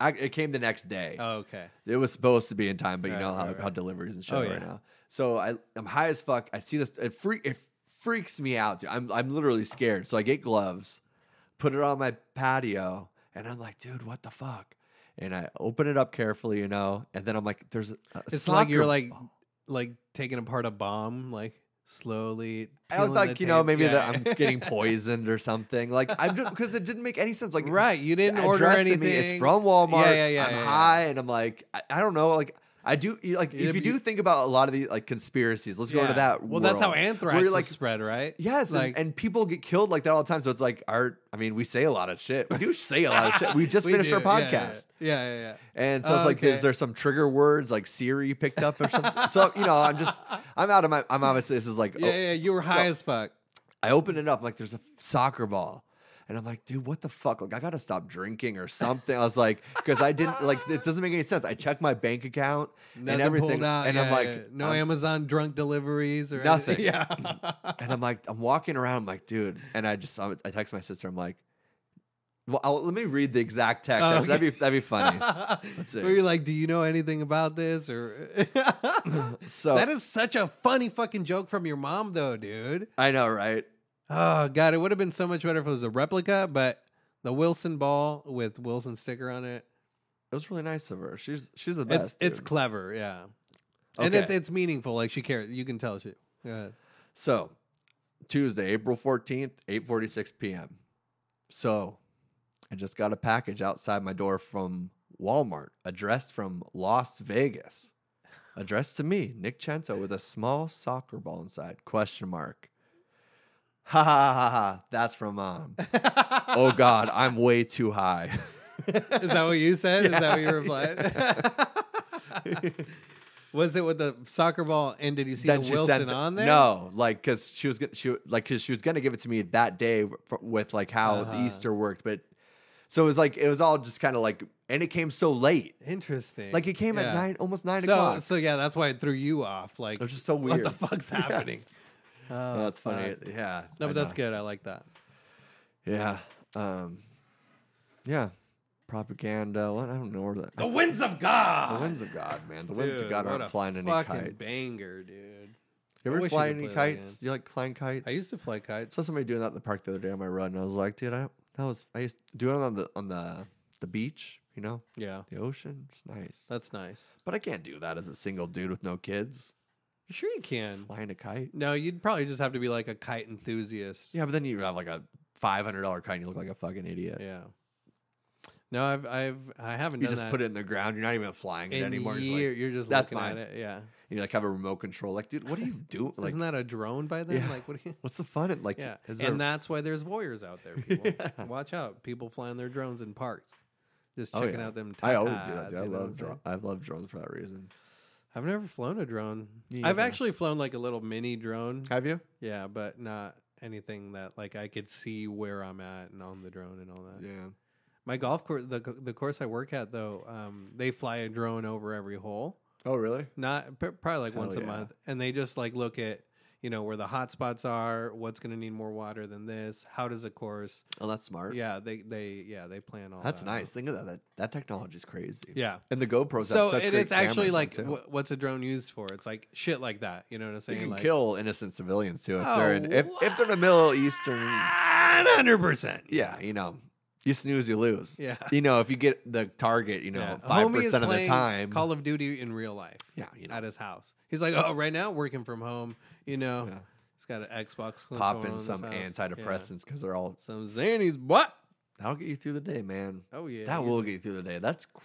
Speaker 2: I, it came the next day.
Speaker 1: Oh, okay.
Speaker 2: It was supposed to be in time, but you
Speaker 1: Right,
Speaker 2: know how,
Speaker 1: right, right.
Speaker 2: how deliveries and shit
Speaker 1: Oh,
Speaker 2: are right
Speaker 1: yeah.
Speaker 2: now. So I I'm high as fuck. I see this. It freak it freaks me out. Dude. I'm I'm literally scared. So I get gloves, put it on my patio, and I'm like, dude, what the fuck? And I open it up carefully, you know, and then I'm like, there's a, a
Speaker 1: It's like you're
Speaker 2: soccer
Speaker 1: like like taking apart a bomb, like slowly.
Speaker 2: I was
Speaker 1: peeling
Speaker 2: like,
Speaker 1: the
Speaker 2: you know,
Speaker 1: tape-
Speaker 2: maybe
Speaker 1: Yeah.
Speaker 2: that I'm getting poisoned or something. Like I'm just because it didn't make any sense. Like
Speaker 1: Right, you
Speaker 2: it's
Speaker 1: didn't order
Speaker 2: addressed to me,
Speaker 1: anything.
Speaker 2: It's from Walmart.
Speaker 1: Yeah, yeah, yeah,
Speaker 2: I'm
Speaker 1: yeah, yeah.
Speaker 2: high, and I'm like, I, I don't know. Like I do. you- Like
Speaker 1: Yeah,
Speaker 2: if you
Speaker 1: but
Speaker 2: do
Speaker 1: you-
Speaker 2: think about a lot of these like conspiracies, let's go into
Speaker 1: Yeah.
Speaker 2: that.
Speaker 1: Well, that's how
Speaker 2: world, where
Speaker 1: anthrax
Speaker 2: you're
Speaker 1: was
Speaker 2: like,
Speaker 1: spread, right?
Speaker 2: Yes, and-
Speaker 1: like
Speaker 2: and, people get killed like that all the time. So it's like our. I mean, we say a lot of shit. We do say a lot of shit. We just
Speaker 1: we
Speaker 2: finished
Speaker 1: do.
Speaker 2: our
Speaker 1: Yeah, yeah,
Speaker 2: podcast.
Speaker 1: Yeah, yeah, yeah.
Speaker 2: And so it's
Speaker 1: Oh,
Speaker 2: like,
Speaker 1: okay.
Speaker 2: is there some trigger words like Siri picked up or something? so you know, I'm just, I'm out of my, I'm obviously this is like,
Speaker 1: Yeah,
Speaker 2: oh,
Speaker 1: yeah, you were high
Speaker 2: so-
Speaker 1: as fuck.
Speaker 2: I open it up like there's a f- soccer ball. And I'm like, dude, what the fuck? Like, I gotta stop drinking or something. I was like, because I didn't like it doesn't make any sense. I checked my bank account and
Speaker 1: Nothing
Speaker 2: everything,
Speaker 1: pulled out.
Speaker 2: and I'm
Speaker 1: Yeah,
Speaker 2: like,
Speaker 1: yeah. no
Speaker 2: I'm-
Speaker 1: Amazon drunk deliveries or
Speaker 2: Nothing.
Speaker 1: anything. Yeah.
Speaker 2: and I'm like, I'm walking around. I'm like, dude. And I just, I'm- I text my sister. I'm like, well, I'll, let me read the exact text.
Speaker 1: Oh, okay.
Speaker 2: That'd be that'd be funny. Let's see.
Speaker 1: Where you're like, do you know anything about this? Or
Speaker 2: so
Speaker 1: that is such a funny fucking joke from your mom, though, dude.
Speaker 2: I know, right?
Speaker 1: Oh god, it would have been so much better if it was a replica, but the Wilson ball with Wilson sticker on it.
Speaker 2: It was really nice of her. She's she's the
Speaker 1: It's
Speaker 2: best.
Speaker 1: it's
Speaker 2: dude.
Speaker 1: clever, yeah. And it's
Speaker 2: Okay.
Speaker 1: it's meaningful. Like she cares. You can tell she. Yeah.
Speaker 2: So, Tuesday, April 14th, 8:46 p.m. So, I just got a package outside my door from Walmart, addressed from Las Vegas. Addressed to me, Nick Chento, with a small soccer ball inside. Question mark. Ha ha ha ha. That's from mom. oh God, I'm way too high.
Speaker 1: Is that what you said? Is that what you replied? was it with the soccer ball? And did you see the Wilson
Speaker 2: the-
Speaker 1: on there?
Speaker 2: No, like because she was gonna she like because she was gonna give it to me that day for, with like how
Speaker 1: Uh-huh.
Speaker 2: the Easter worked, but so it was like it was all just kind of like and it came so late,
Speaker 1: Interesting.
Speaker 2: like it came
Speaker 1: Yeah.
Speaker 2: at nine almost nine
Speaker 1: so,
Speaker 2: o'clock.
Speaker 1: So yeah, that's why it threw you off. Like
Speaker 2: it was just so
Speaker 1: what
Speaker 2: weird.
Speaker 1: the fuck's happening? Uh,
Speaker 2: Oh, that's funny. Yeah,
Speaker 1: No,
Speaker 2: I
Speaker 1: but that's
Speaker 2: know.
Speaker 1: good. I like that.
Speaker 2: Yeah, um, yeah, propaganda. What I don't know where that.
Speaker 1: The winds of God.
Speaker 2: The winds of God, man. The winds of
Speaker 1: Oh, Dude,
Speaker 2: God
Speaker 1: what
Speaker 2: aren't
Speaker 1: a
Speaker 2: flying any
Speaker 1: fucking
Speaker 2: kites.
Speaker 1: Banger, dude.
Speaker 2: You
Speaker 1: I
Speaker 2: ever
Speaker 1: wish
Speaker 2: fly
Speaker 1: could
Speaker 2: any
Speaker 1: play that
Speaker 2: kites?
Speaker 1: again.
Speaker 2: You like flying kites?
Speaker 1: I used to fly kites.
Speaker 2: saw somebody doing that in the park the other day on my run, and I was like, dude, I that was I used to do it on the on the the beach, you know,
Speaker 1: Yeah,
Speaker 2: the ocean. It's nice,
Speaker 1: that's nice.
Speaker 2: but I can't do that as a single dude with no kids
Speaker 1: Sure, you can.
Speaker 2: flying a kite.
Speaker 1: No, you'd probably just have to be like a kite enthusiast.
Speaker 2: Yeah, but then you have like a five hundred dollar kite, and you look like a fucking idiot.
Speaker 1: Yeah. No, I've, I've, I haven't.
Speaker 2: You
Speaker 1: done
Speaker 2: just
Speaker 1: that
Speaker 2: put it in the ground. You're not even flying it
Speaker 1: in
Speaker 2: anymore. It's like-
Speaker 1: year- you're just
Speaker 2: "That's
Speaker 1: looking
Speaker 2: mine."
Speaker 1: at it. Yeah.
Speaker 2: and you like have a remote control. Like, dude, what are you doing? Like,
Speaker 1: Isn't that a drone by then?
Speaker 2: Yeah.
Speaker 1: Like, what? Are you,
Speaker 2: what's the fun? in like,
Speaker 1: yeah.
Speaker 2: is there-
Speaker 1: and that's why there's voyeurs out there. People, watch out! People flying their drones in parks, just
Speaker 2: oh,
Speaker 1: checking
Speaker 2: yeah.
Speaker 1: out them.
Speaker 2: I always do that.
Speaker 1: tatas,
Speaker 2: Dude. I
Speaker 1: you know what
Speaker 2: love
Speaker 1: I'm saying?
Speaker 2: dro- I love drones for that reason.
Speaker 1: I've never flown a drone.
Speaker 2: Me
Speaker 1: I've
Speaker 2: either.
Speaker 1: actually flown like a little mini drone.
Speaker 2: Have you?
Speaker 1: Yeah, but not anything that like I could see where I'm at and on the drone and all that.
Speaker 2: Yeah.
Speaker 1: My golf course, the the course I work at though, um, they fly a drone over every hole,
Speaker 2: Oh, really?
Speaker 1: not pr- probably like
Speaker 2: Hell
Speaker 1: once a
Speaker 2: yeah.
Speaker 1: month, and they just like look at you know where the hot spots are, what's going to need more water than this, how does a course,
Speaker 2: Oh, that's smart.
Speaker 1: yeah, they they yeah they plan all.
Speaker 2: That's
Speaker 1: that out.
Speaker 2: nice. Think of that. That, that technology is crazy.
Speaker 1: Uh, Yeah.
Speaker 2: And the GoPros have
Speaker 1: So
Speaker 2: such
Speaker 1: and
Speaker 2: great
Speaker 1: it's actually
Speaker 2: cameras now,
Speaker 1: like
Speaker 2: too.
Speaker 1: wh- what's a drone used for? It's like shit like that. You know what I'm
Speaker 2: you
Speaker 1: saying?
Speaker 2: can
Speaker 1: like,
Speaker 2: kill innocent civilians too if they're in
Speaker 1: Oh,
Speaker 2: if, if they're in the Middle Eastern.
Speaker 1: Ah, hundred percent.
Speaker 2: Yeah, you know, you snooze, you lose.
Speaker 1: Yeah.
Speaker 2: You know, if you get the target, you know,
Speaker 1: Yeah.
Speaker 2: five
Speaker 1: Homie is
Speaker 2: percent of the
Speaker 1: playing
Speaker 2: time.
Speaker 1: Call of Duty in real life.
Speaker 2: Yeah, you know.
Speaker 1: at his house. He's like, oh, right now working from home. You know,
Speaker 2: Yeah.
Speaker 1: he's got an Xbox. clip
Speaker 2: Pop
Speaker 1: going on
Speaker 2: in
Speaker 1: in
Speaker 2: some
Speaker 1: his house. Yeah.
Speaker 2: antidepressants because they're all
Speaker 1: Some Xannies, what?
Speaker 2: that'll get you through the day, man.
Speaker 1: Oh, yeah,
Speaker 2: that
Speaker 1: you
Speaker 2: will get you through the day. That's cr-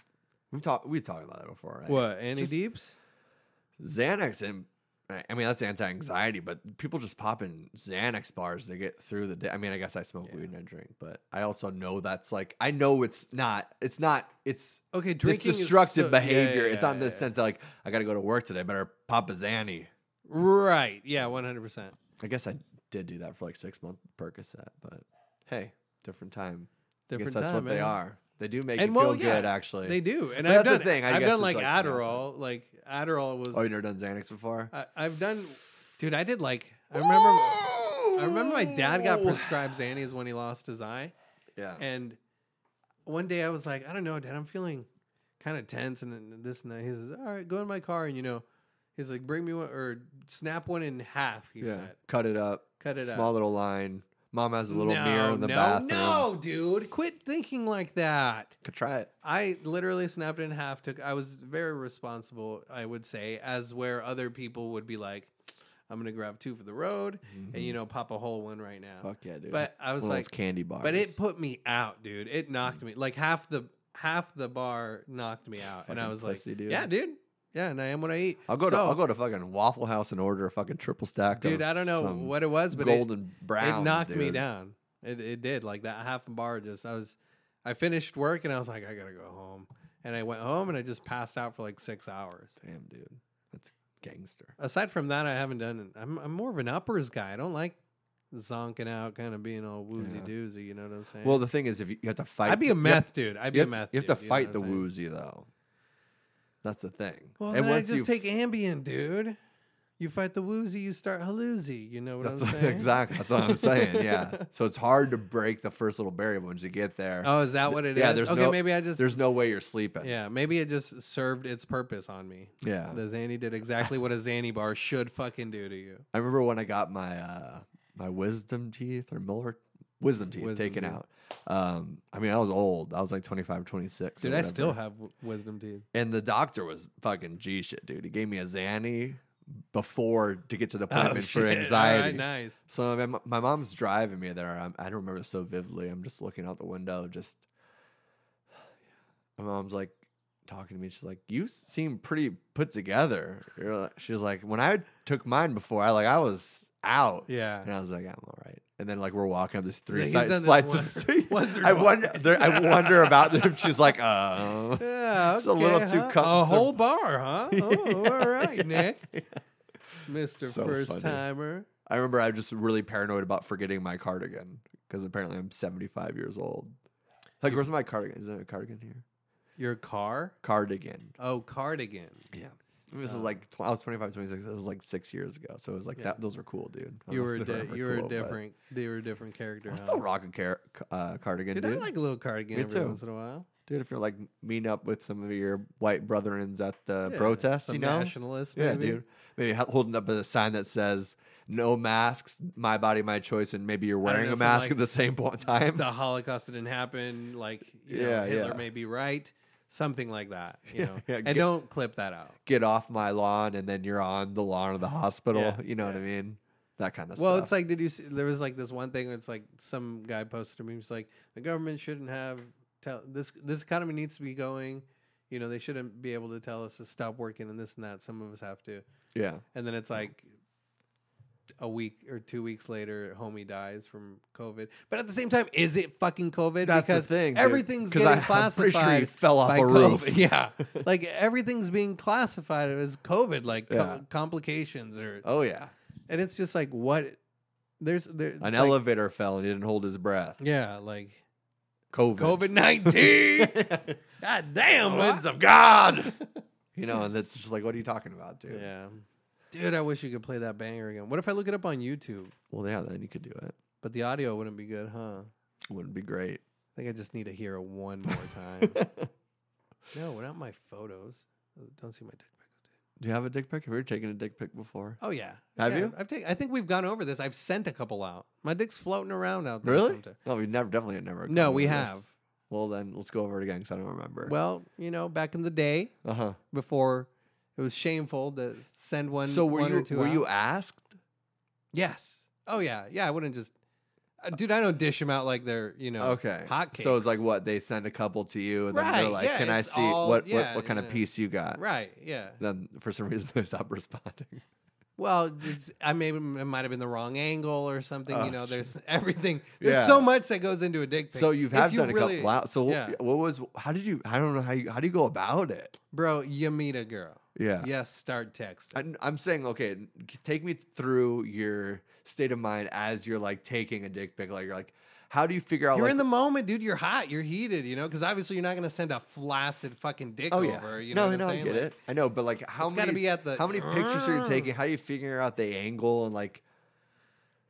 Speaker 2: we talked we talked about that before, right?
Speaker 1: What? Annie
Speaker 2: Just
Speaker 1: Deeps?
Speaker 2: Xanax and I mean that's anti-anxiety, but people just pop in Xanax bars to get through the day. I mean, I guess I smoke weed and I drink, but I also know that's like I know it's not. It's not. It's
Speaker 1: Okay,
Speaker 2: it's
Speaker 1: drinking is
Speaker 2: destructive
Speaker 1: so- yeah,
Speaker 2: behavior.
Speaker 1: yeah,
Speaker 2: it's
Speaker 1: yeah,
Speaker 2: not in the
Speaker 1: yeah.
Speaker 2: sense of like I got to go to work today. Better pop a Xanny.
Speaker 1: Right. Yeah, one hundred percent.
Speaker 2: I guess I did do that for like six month Percocet, but hey, different time. I
Speaker 1: Different
Speaker 2: guess that's
Speaker 1: time,
Speaker 2: what they
Speaker 1: man.
Speaker 2: are. They do make
Speaker 1: And
Speaker 2: you
Speaker 1: well,
Speaker 2: feel
Speaker 1: yeah,
Speaker 2: good, actually.
Speaker 1: They do,
Speaker 2: But
Speaker 1: and I've
Speaker 2: that's the
Speaker 1: done.
Speaker 2: thing, I
Speaker 1: have
Speaker 2: guess
Speaker 1: done
Speaker 2: it's
Speaker 1: like,
Speaker 2: like from the
Speaker 1: Adderall. Like Adderall was.
Speaker 2: Oh, you never done Xanax before?
Speaker 1: I, I've done. Dude, I did like. I remember. I remember my dad got
Speaker 2: Ooh.
Speaker 1: prescribed Xannies when he lost his eye.
Speaker 2: yeah.
Speaker 1: And one day I was like, I don't know, Dad, I'm feeling kind of tense and then this and that. He says, All right, go in my car and you know, he's like, bring me one or snap one in half. He
Speaker 2: Yeah.
Speaker 1: said,
Speaker 2: Cut it up.
Speaker 1: Cut it
Speaker 2: Small
Speaker 1: up.
Speaker 2: little line. Mom has a little mirror in the
Speaker 1: no,
Speaker 2: bathroom.
Speaker 1: No, dude, quit thinking like that.
Speaker 2: Could try it.
Speaker 1: I literally snapped it in half. Took I was very responsible, I would say, as where other people would be like, I'm gonna grab two for the road and you know pop a whole one right now.
Speaker 2: Mm-hmm. Fuck yeah, dude.
Speaker 1: But I was
Speaker 2: One of those
Speaker 1: like
Speaker 2: candy bars.
Speaker 1: But it put me out, dude. It
Speaker 2: Mm.
Speaker 1: knocked me like half the half the bar knocked me out, and I
Speaker 2: Fucking
Speaker 1: was
Speaker 2: pussy,
Speaker 1: like,
Speaker 2: dude.
Speaker 1: yeah, dude, yeah, and I am what I eat.
Speaker 2: I'll go to
Speaker 1: So,
Speaker 2: I'll go to fucking Waffle House and order a fucking triple stack.
Speaker 1: dude.
Speaker 2: of
Speaker 1: I don't know
Speaker 2: some
Speaker 1: what it was, but it,
Speaker 2: golden brown.
Speaker 1: it knocked me down. It it did like that half bar. Just I was, I finished work and I was like, I gotta go home, and I went home and I just passed out for like six hours.
Speaker 2: Damn, dude, that's gangster.
Speaker 1: Aside from that, I haven't done. I'm I'm more of an uppers guy. I don't like zonking out, kind of being all woozy doozy. You know what I'm saying?
Speaker 2: Well, the thing is, if you, you have to fight,
Speaker 1: I'd be
Speaker 2: you
Speaker 1: a
Speaker 2: have-
Speaker 1: meth dude. I'd be
Speaker 2: You
Speaker 1: a
Speaker 2: have, to-
Speaker 1: meth.
Speaker 2: you have to
Speaker 1: dude, you know
Speaker 2: fight
Speaker 1: what
Speaker 2: the
Speaker 1: I'm saying?
Speaker 2: woozy though. That's the thing.
Speaker 1: Well,
Speaker 2: and
Speaker 1: then I
Speaker 2: once
Speaker 1: just
Speaker 2: you
Speaker 1: take Ambien, dude. You fight the woozy, you start haloozy. You know what
Speaker 2: That's
Speaker 1: I'm
Speaker 2: what,
Speaker 1: saying?
Speaker 2: exactly. That's what I'm saying. Yeah. So it's hard to break the first little barrier. But once you get there,
Speaker 1: Oh, is that what it is?
Speaker 2: yeah. There's
Speaker 1: okay,
Speaker 2: no.
Speaker 1: maybe I just
Speaker 2: There's no way you're sleeping.
Speaker 1: yeah, maybe it just served its purpose on me.
Speaker 2: Yeah.
Speaker 1: the Xanny did exactly what a Xanny bar should fucking do to you.
Speaker 2: I remember when I got my uh, my wisdom teeth or Miller wisdom teeth
Speaker 1: Wisdom
Speaker 2: taken
Speaker 1: teeth.
Speaker 2: out. Um, I mean, I was old. I was like 25, 26. or
Speaker 1: Dude, I still
Speaker 2: whatever.
Speaker 1: have w- wisdom teeth.
Speaker 2: And the doctor was fucking G shit, dude. He gave me a Xanny before to get to the appointment for
Speaker 1: Oh, shit.
Speaker 2: anxiety.
Speaker 1: All right, nice.
Speaker 2: So my, m- my mom's driving me there. I'm, I don't remember so vividly. I'm just looking out the window, just my mom's like talking to me. She's like, "You seem pretty put together." You're like- She was like, "When I took mine before, I like I was out."
Speaker 1: Yeah.
Speaker 2: and I was like, "I'm all right." And then like we're walking up this three
Speaker 1: he's
Speaker 2: side
Speaker 1: done this
Speaker 2: flights of
Speaker 1: once-
Speaker 2: stairs.
Speaker 1: once or
Speaker 2: I wonder. There, I wonder about if she's like, "Uh."
Speaker 1: Yeah,
Speaker 2: It's a little
Speaker 1: okay,
Speaker 2: too
Speaker 1: huh?
Speaker 2: cumbersome.
Speaker 1: A whole bar, huh? Oh, all right, Nick, Mister
Speaker 2: So
Speaker 1: First
Speaker 2: funny.
Speaker 1: Timer.
Speaker 2: I remember I was just really paranoid about forgetting my cardigan because apparently I'm 75 years old. Like, where's my cardigan? Is there a cardigan here?
Speaker 1: Your car?
Speaker 2: Cardigan.
Speaker 1: Oh, cardigan.
Speaker 2: Yeah. This
Speaker 1: Um,
Speaker 2: is like tw- I was 25, 26. It was like six years ago, so it was like that. Those were cool, dude. I don't
Speaker 1: You
Speaker 2: know
Speaker 1: were
Speaker 2: if
Speaker 1: a
Speaker 2: they
Speaker 1: di-
Speaker 2: ever
Speaker 1: you were a
Speaker 2: cool, but
Speaker 1: different. They were a different character.
Speaker 2: I'm
Speaker 1: huh?
Speaker 2: still rocking car- uh, cardigan,
Speaker 1: Dude,
Speaker 2: dude.
Speaker 1: I like a little cardigan
Speaker 2: Me
Speaker 1: every
Speaker 2: too.
Speaker 1: once in a while.
Speaker 2: dude, if you're like meeting up with some of your white brethrens at the
Speaker 1: Yeah,
Speaker 2: protest,
Speaker 1: some
Speaker 2: you know,
Speaker 1: nationalists,
Speaker 2: yeah,
Speaker 1: maybe.
Speaker 2: dude, maybe h- holding up a sign that says "No masks, my body, my choice," and maybe you're wearing
Speaker 1: know,
Speaker 2: a
Speaker 1: some,
Speaker 2: mask
Speaker 1: like,
Speaker 2: at the same po- time.
Speaker 1: The Holocaust didn't happen. Like, you know,
Speaker 2: Yeah,
Speaker 1: Hitler
Speaker 2: yeah.
Speaker 1: may be right. Something like that. You know,
Speaker 2: yeah,
Speaker 1: and
Speaker 2: get-
Speaker 1: don't clip that out.
Speaker 2: get off my lawn and then you're on the lawn of the hospital.
Speaker 1: Yeah,
Speaker 2: you know what I mean? That kind of
Speaker 1: Well,
Speaker 2: stuff.
Speaker 1: it's like, did you see? There was like this one thing. Where it's like some guy posted to me. He's like, the government shouldn't have tell this. This economy needs to be going. You know, they shouldn't be able to tell us to stop working and this and that. Some of us have to.
Speaker 2: yeah.
Speaker 1: And then it's like a week or two weeks later, homie dies from COVID. But at the same time, is it fucking COVID?
Speaker 2: That's the
Speaker 1: because
Speaker 2: thing, dude.
Speaker 1: everything's
Speaker 2: 'Cause
Speaker 1: getting
Speaker 2: I- I'm
Speaker 1: classified.
Speaker 2: pretty sure he fell off
Speaker 1: by
Speaker 2: a roof.
Speaker 1: COVID. Yeah, like everything's being classified as COVID, like
Speaker 2: Yeah.
Speaker 1: com- complications or.
Speaker 2: Oh yeah.
Speaker 1: And it's just like what there's there it's
Speaker 2: An
Speaker 1: like-
Speaker 2: elevator fell and he didn't hold his breath.
Speaker 1: Yeah, like
Speaker 2: COVID.
Speaker 1: COVID nineteen. God damn,
Speaker 2: Winds
Speaker 1: what?
Speaker 2: of God. you know, and it's just like, what are you talking about, dude?
Speaker 1: Yeah, dude, I wish you could play that banger again. What if I look it up on YouTube?
Speaker 2: Well, yeah, then you could do it.
Speaker 1: But the audio wouldn't be good, huh?
Speaker 2: Wouldn't be great.
Speaker 1: I think I just need to hear it one more time. no, not my photos. Don't see my dick pics.
Speaker 2: Do you have a dick pic? Have you ever taken a dick pic before?
Speaker 1: Oh yeah,
Speaker 2: Have
Speaker 1: Yeah,
Speaker 2: you?
Speaker 1: I've taken. I think we've gone over this. I've sent a couple out. My dick's floating around out there.
Speaker 2: Really?
Speaker 1: sometime.
Speaker 2: No, we never definitely never. gone
Speaker 1: No, we
Speaker 2: over this.
Speaker 1: have.
Speaker 2: Well, then let's go over it again because I don't remember.
Speaker 1: Well, you know, back in the day,
Speaker 2: uh huh.
Speaker 1: before it was shameful to send one.
Speaker 2: So were
Speaker 1: one or
Speaker 2: you
Speaker 1: two
Speaker 2: were
Speaker 1: out.
Speaker 2: you asked?
Speaker 1: Yes. Oh yeah, yeah. I wouldn't just, uh, dude. I don't dish them out like they're you know
Speaker 2: Okay.
Speaker 1: hot.
Speaker 2: So it's like what they send a couple to you, and then they're
Speaker 1: Right,
Speaker 2: like,
Speaker 1: yeah,
Speaker 2: "Can I
Speaker 1: it's
Speaker 2: see
Speaker 1: all-
Speaker 2: what,
Speaker 1: yeah,
Speaker 2: what what kind of
Speaker 1: yeah.
Speaker 2: piece you got?"
Speaker 1: right, yeah.
Speaker 2: Then for some reason they stop responding.
Speaker 1: Well, it's, I maybe it might have been the wrong angle or something.
Speaker 2: Oh,
Speaker 1: you know, there's everything. There's
Speaker 2: Yeah.
Speaker 1: so much that goes into a dick pic.
Speaker 2: So you've
Speaker 1: If
Speaker 2: have
Speaker 1: you
Speaker 2: done a
Speaker 1: really-
Speaker 2: couple. Wow. So wh-
Speaker 1: yeah.
Speaker 2: what was? How did you? I don't know how you. How do you go about it?
Speaker 1: bro, you meet a girl.
Speaker 2: Yeah.
Speaker 1: Yes, start texting.
Speaker 2: I, I'm saying, okay, take me through your state of mind as you're like taking a dick pic. Like you're like, how do you figure out?
Speaker 1: you're
Speaker 2: like,
Speaker 1: in the moment, dude. You're hot. You're heated. You know, because obviously you're not gonna send a flaccid fucking dick
Speaker 2: Oh
Speaker 1: over.
Speaker 2: yeah.
Speaker 1: You know
Speaker 2: no,
Speaker 1: what I'm
Speaker 2: no,
Speaker 1: saying?
Speaker 2: I get
Speaker 1: Like,
Speaker 2: it. I know, but like, how
Speaker 1: It's gotta
Speaker 2: many?
Speaker 1: be at the-
Speaker 2: how many pictures are you taking? How are you figuring out the angle and like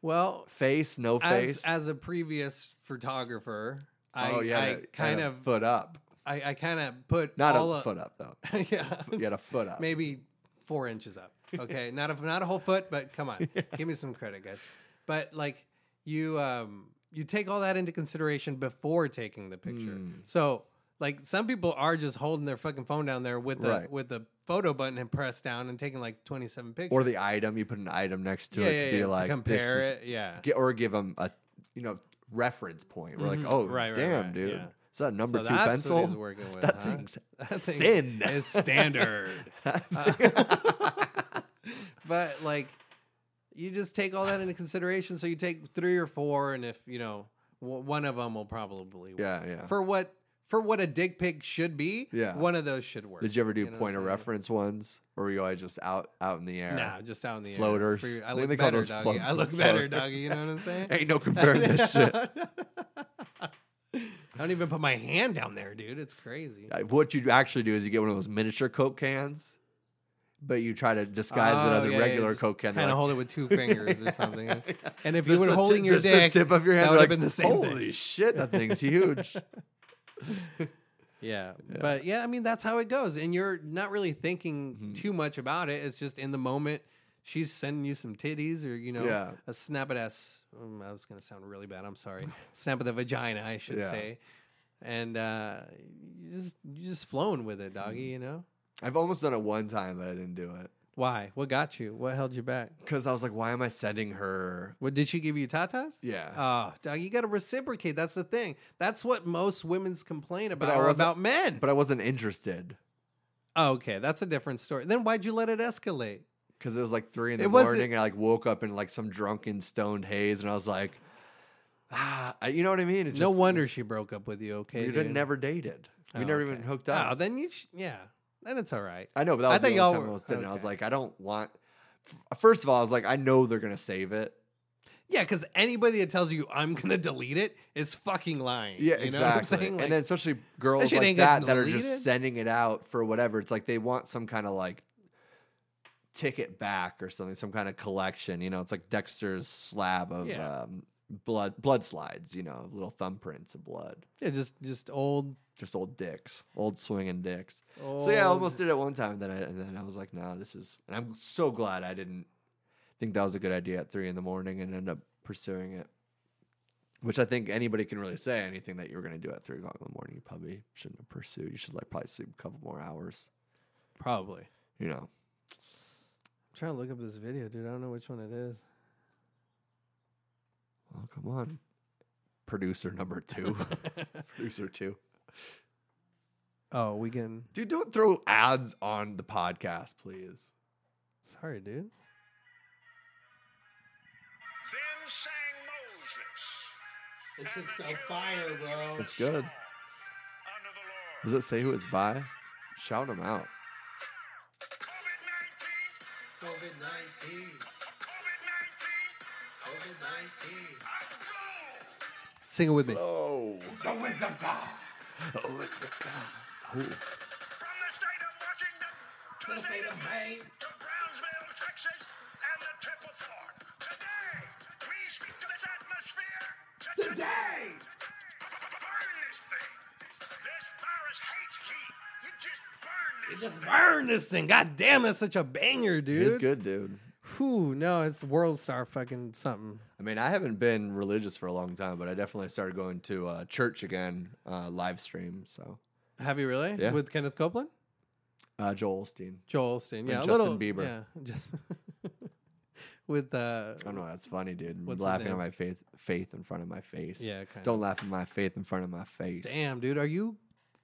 Speaker 1: Well,
Speaker 2: face, no
Speaker 1: as
Speaker 2: face?
Speaker 1: as a previous photographer, I,
Speaker 2: oh yeah,
Speaker 1: I
Speaker 2: the-
Speaker 1: kind
Speaker 2: yeah,
Speaker 1: of
Speaker 2: foot up.
Speaker 1: I, I kind of put
Speaker 2: Not
Speaker 1: all
Speaker 2: a
Speaker 1: of-
Speaker 2: foot up though.
Speaker 1: yeah,
Speaker 2: You had a foot up.
Speaker 1: maybe four inches up. Okay, not a not a whole foot, but come on, give me some credit, guys. But like you, um, you take all that into consideration before taking the picture.
Speaker 2: Hmm.
Speaker 1: So like some people are just holding their fucking phone down there with the
Speaker 2: Right.
Speaker 1: with the photo button and pressed down and taking like twenty seven pictures
Speaker 2: Or the item you put an item next to
Speaker 1: yeah,
Speaker 2: it
Speaker 1: yeah,
Speaker 2: to be
Speaker 1: yeah,
Speaker 2: like
Speaker 1: to compare
Speaker 2: this is-
Speaker 1: it. Yeah,
Speaker 2: gi- or give them a you know reference point. We're like, oh
Speaker 1: Mm-hmm. Right, right,
Speaker 2: damn,
Speaker 1: right,
Speaker 2: dude,
Speaker 1: yeah.
Speaker 2: is that a number
Speaker 1: So
Speaker 2: two
Speaker 1: that's
Speaker 2: pencil?
Speaker 1: What he's working with,
Speaker 2: that
Speaker 1: huh?
Speaker 2: thing's
Speaker 1: That thing
Speaker 2: thin.
Speaker 1: is standard. Uh, but like, you just take all that into consideration. So you take three or four, and if you know w- one of them will probably work.
Speaker 2: Yeah, yeah.
Speaker 1: For what for what a dick pic should be,
Speaker 2: Yeah.
Speaker 1: one of those should work.
Speaker 2: Did you ever do
Speaker 1: know what
Speaker 2: point
Speaker 1: I'm
Speaker 2: of
Speaker 1: saying?
Speaker 2: reference ones, or were you always just out out in the air?
Speaker 1: Nah, just out in the
Speaker 2: Floaters.
Speaker 1: air. For- I
Speaker 2: They-
Speaker 1: look
Speaker 2: they call
Speaker 1: better,
Speaker 2: those
Speaker 1: doggy.
Speaker 2: float-
Speaker 1: I look better,
Speaker 2: floaters.
Speaker 1: doggy. You know what I'm saying?
Speaker 2: Ain't no comparing this shit.
Speaker 1: I don't even put my hand down there, dude. It's crazy.
Speaker 2: Uh, What you actually do is you get one of those miniature Coke cans, but you try to disguise it
Speaker 1: Oh,
Speaker 2: as a regular Coke can.
Speaker 1: Kind of
Speaker 2: Like,
Speaker 1: hold it with two fingers or something. And if you
Speaker 2: just
Speaker 1: were
Speaker 2: the
Speaker 1: holding
Speaker 2: tip-
Speaker 1: your
Speaker 2: just
Speaker 1: dick,
Speaker 2: the tip of your hand,
Speaker 1: that
Speaker 2: you're
Speaker 1: would
Speaker 2: like,
Speaker 1: have been the same
Speaker 2: Holy
Speaker 1: thing.
Speaker 2: shit, that thing's huge.
Speaker 1: Yeah. But yeah, I mean that's how it goes. And you're not really thinking
Speaker 2: Mm-hmm.
Speaker 1: too much about it. It's just in the moment she's sending you some titties or you know
Speaker 2: Yeah.
Speaker 1: a snap at ass um, I was gonna sound really bad, I'm sorry. snap of the vagina, I should
Speaker 2: Yeah.
Speaker 1: say. And uh you just you just flowing with it,
Speaker 2: Mm-hmm.
Speaker 1: doggy, you know?
Speaker 2: I've almost done it one time, but I didn't do it
Speaker 1: Why? What got you? What held you back?
Speaker 2: because I was like, why am I sending her?
Speaker 1: What did she give you tatas?
Speaker 2: Yeah.
Speaker 1: Oh, dog, you got to reciprocate. That's the thing. That's what most women's complain about
Speaker 2: I
Speaker 1: or
Speaker 2: wasn't-
Speaker 1: about men.
Speaker 2: but I wasn't interested
Speaker 1: oh, okay, that's a different story. Then why'd you let it escalate?
Speaker 2: because it was like three in the
Speaker 1: It wasn't-
Speaker 2: morning, and I like woke up in like some drunken, stoned haze, and I was like, ah, I- you know what I mean? It
Speaker 1: no
Speaker 2: just-
Speaker 1: wonder she broke up with you. Okay,
Speaker 2: we
Speaker 1: dude.
Speaker 2: didn't never dated. We
Speaker 1: Oh,
Speaker 2: never
Speaker 1: okay.
Speaker 2: even hooked up.
Speaker 1: Oh, then you, sh- yeah, then it's all right.
Speaker 2: I know, but that
Speaker 1: I
Speaker 2: was
Speaker 1: thought
Speaker 2: the
Speaker 1: y'all
Speaker 2: only time
Speaker 1: were-
Speaker 2: I was sitting. I was
Speaker 1: okay.
Speaker 2: like, I don't want. f- First of all, I was like, I know they're gonna save it.
Speaker 1: Yeah, because anybody that tells you I'm gonna delete it is fucking lying.
Speaker 2: Yeah,
Speaker 1: you know what I'm
Speaker 2: exactly.
Speaker 1: saying? Like,
Speaker 2: and then especially girls
Speaker 1: shit
Speaker 2: like
Speaker 1: ain't gonna
Speaker 2: that that are
Speaker 1: delete
Speaker 2: just
Speaker 1: it.
Speaker 2: sending it out for whatever. It's like they want some kind of like ticket back or something, some kind of collection. You know, it's like Dexter's slab of
Speaker 1: Yeah.
Speaker 2: um, blood blood slides. You know, little thumbprints of blood.
Speaker 1: yeah, just just old.
Speaker 2: Just old dicks, old swinging dicks. So yeah, I
Speaker 1: Old-
Speaker 2: almost did it one time. Then I and then I was like, no, this is. And I'm so glad I didn't think that was a good idea at three in the morning and end up pursuing it. Which I think anybody can really say anything that you were going to do at three o'clock in the morning, you probably shouldn't have pursued. You should like probably sleep a couple more hours.
Speaker 1: probably. I'm
Speaker 2: You know,
Speaker 1: trying to look up this video, dude. I don't know which one it is.
Speaker 2: oh come on, producer number two, producer two,
Speaker 1: Oh, we can.
Speaker 2: dude, don't throw ads on the podcast, please.
Speaker 1: Sorry, dude.
Speaker 3: Then sang Moses.
Speaker 1: It's
Speaker 3: and
Speaker 1: just
Speaker 3: the
Speaker 1: so
Speaker 3: children
Speaker 1: fire,
Speaker 3: of
Speaker 1: bro.
Speaker 3: Israel
Speaker 2: It's good.
Speaker 3: sang Unto the Lord.
Speaker 2: Does it say who it's by? Shout them out.
Speaker 3: COVID-19,
Speaker 4: COVID 19.
Speaker 3: COVID-19,
Speaker 4: COVID 19.
Speaker 3: blow.
Speaker 1: Sing it with me.
Speaker 2: Oh,
Speaker 3: The winds of God.
Speaker 2: oh, it's a guy. Ooh.
Speaker 3: From the state of Washington to the state of Maine to Brownsville, Texas, and the Temple Fork. Today, we speak to this atmosphere. To today! Burn this thing. This virus hates heat. You just burn this
Speaker 1: Just
Speaker 3: thing.
Speaker 1: burn this thing. God damn, that's such a banger, dude.
Speaker 2: It's good, dude.
Speaker 1: Whew, no, it's World Star fucking something.
Speaker 2: I mean, I haven't been religious for a long time, but I definitely started going to uh, church again, uh, live stream. So
Speaker 1: Have you really?
Speaker 2: Yeah.
Speaker 1: With Kenneth Copeland?
Speaker 2: uh, Joel Olstein.
Speaker 1: Joel Olstein. Yeah, a
Speaker 2: Justin
Speaker 1: little,
Speaker 2: Bieber.
Speaker 1: Yeah, just with uh,
Speaker 2: I don't know. That's funny, dude.
Speaker 1: What's his
Speaker 2: laughing
Speaker 1: name?
Speaker 2: at my faith, faith in front of my face.
Speaker 1: Yeah, kinda.
Speaker 2: Don't laugh at my faith in front of my face.
Speaker 1: damn, dude, are you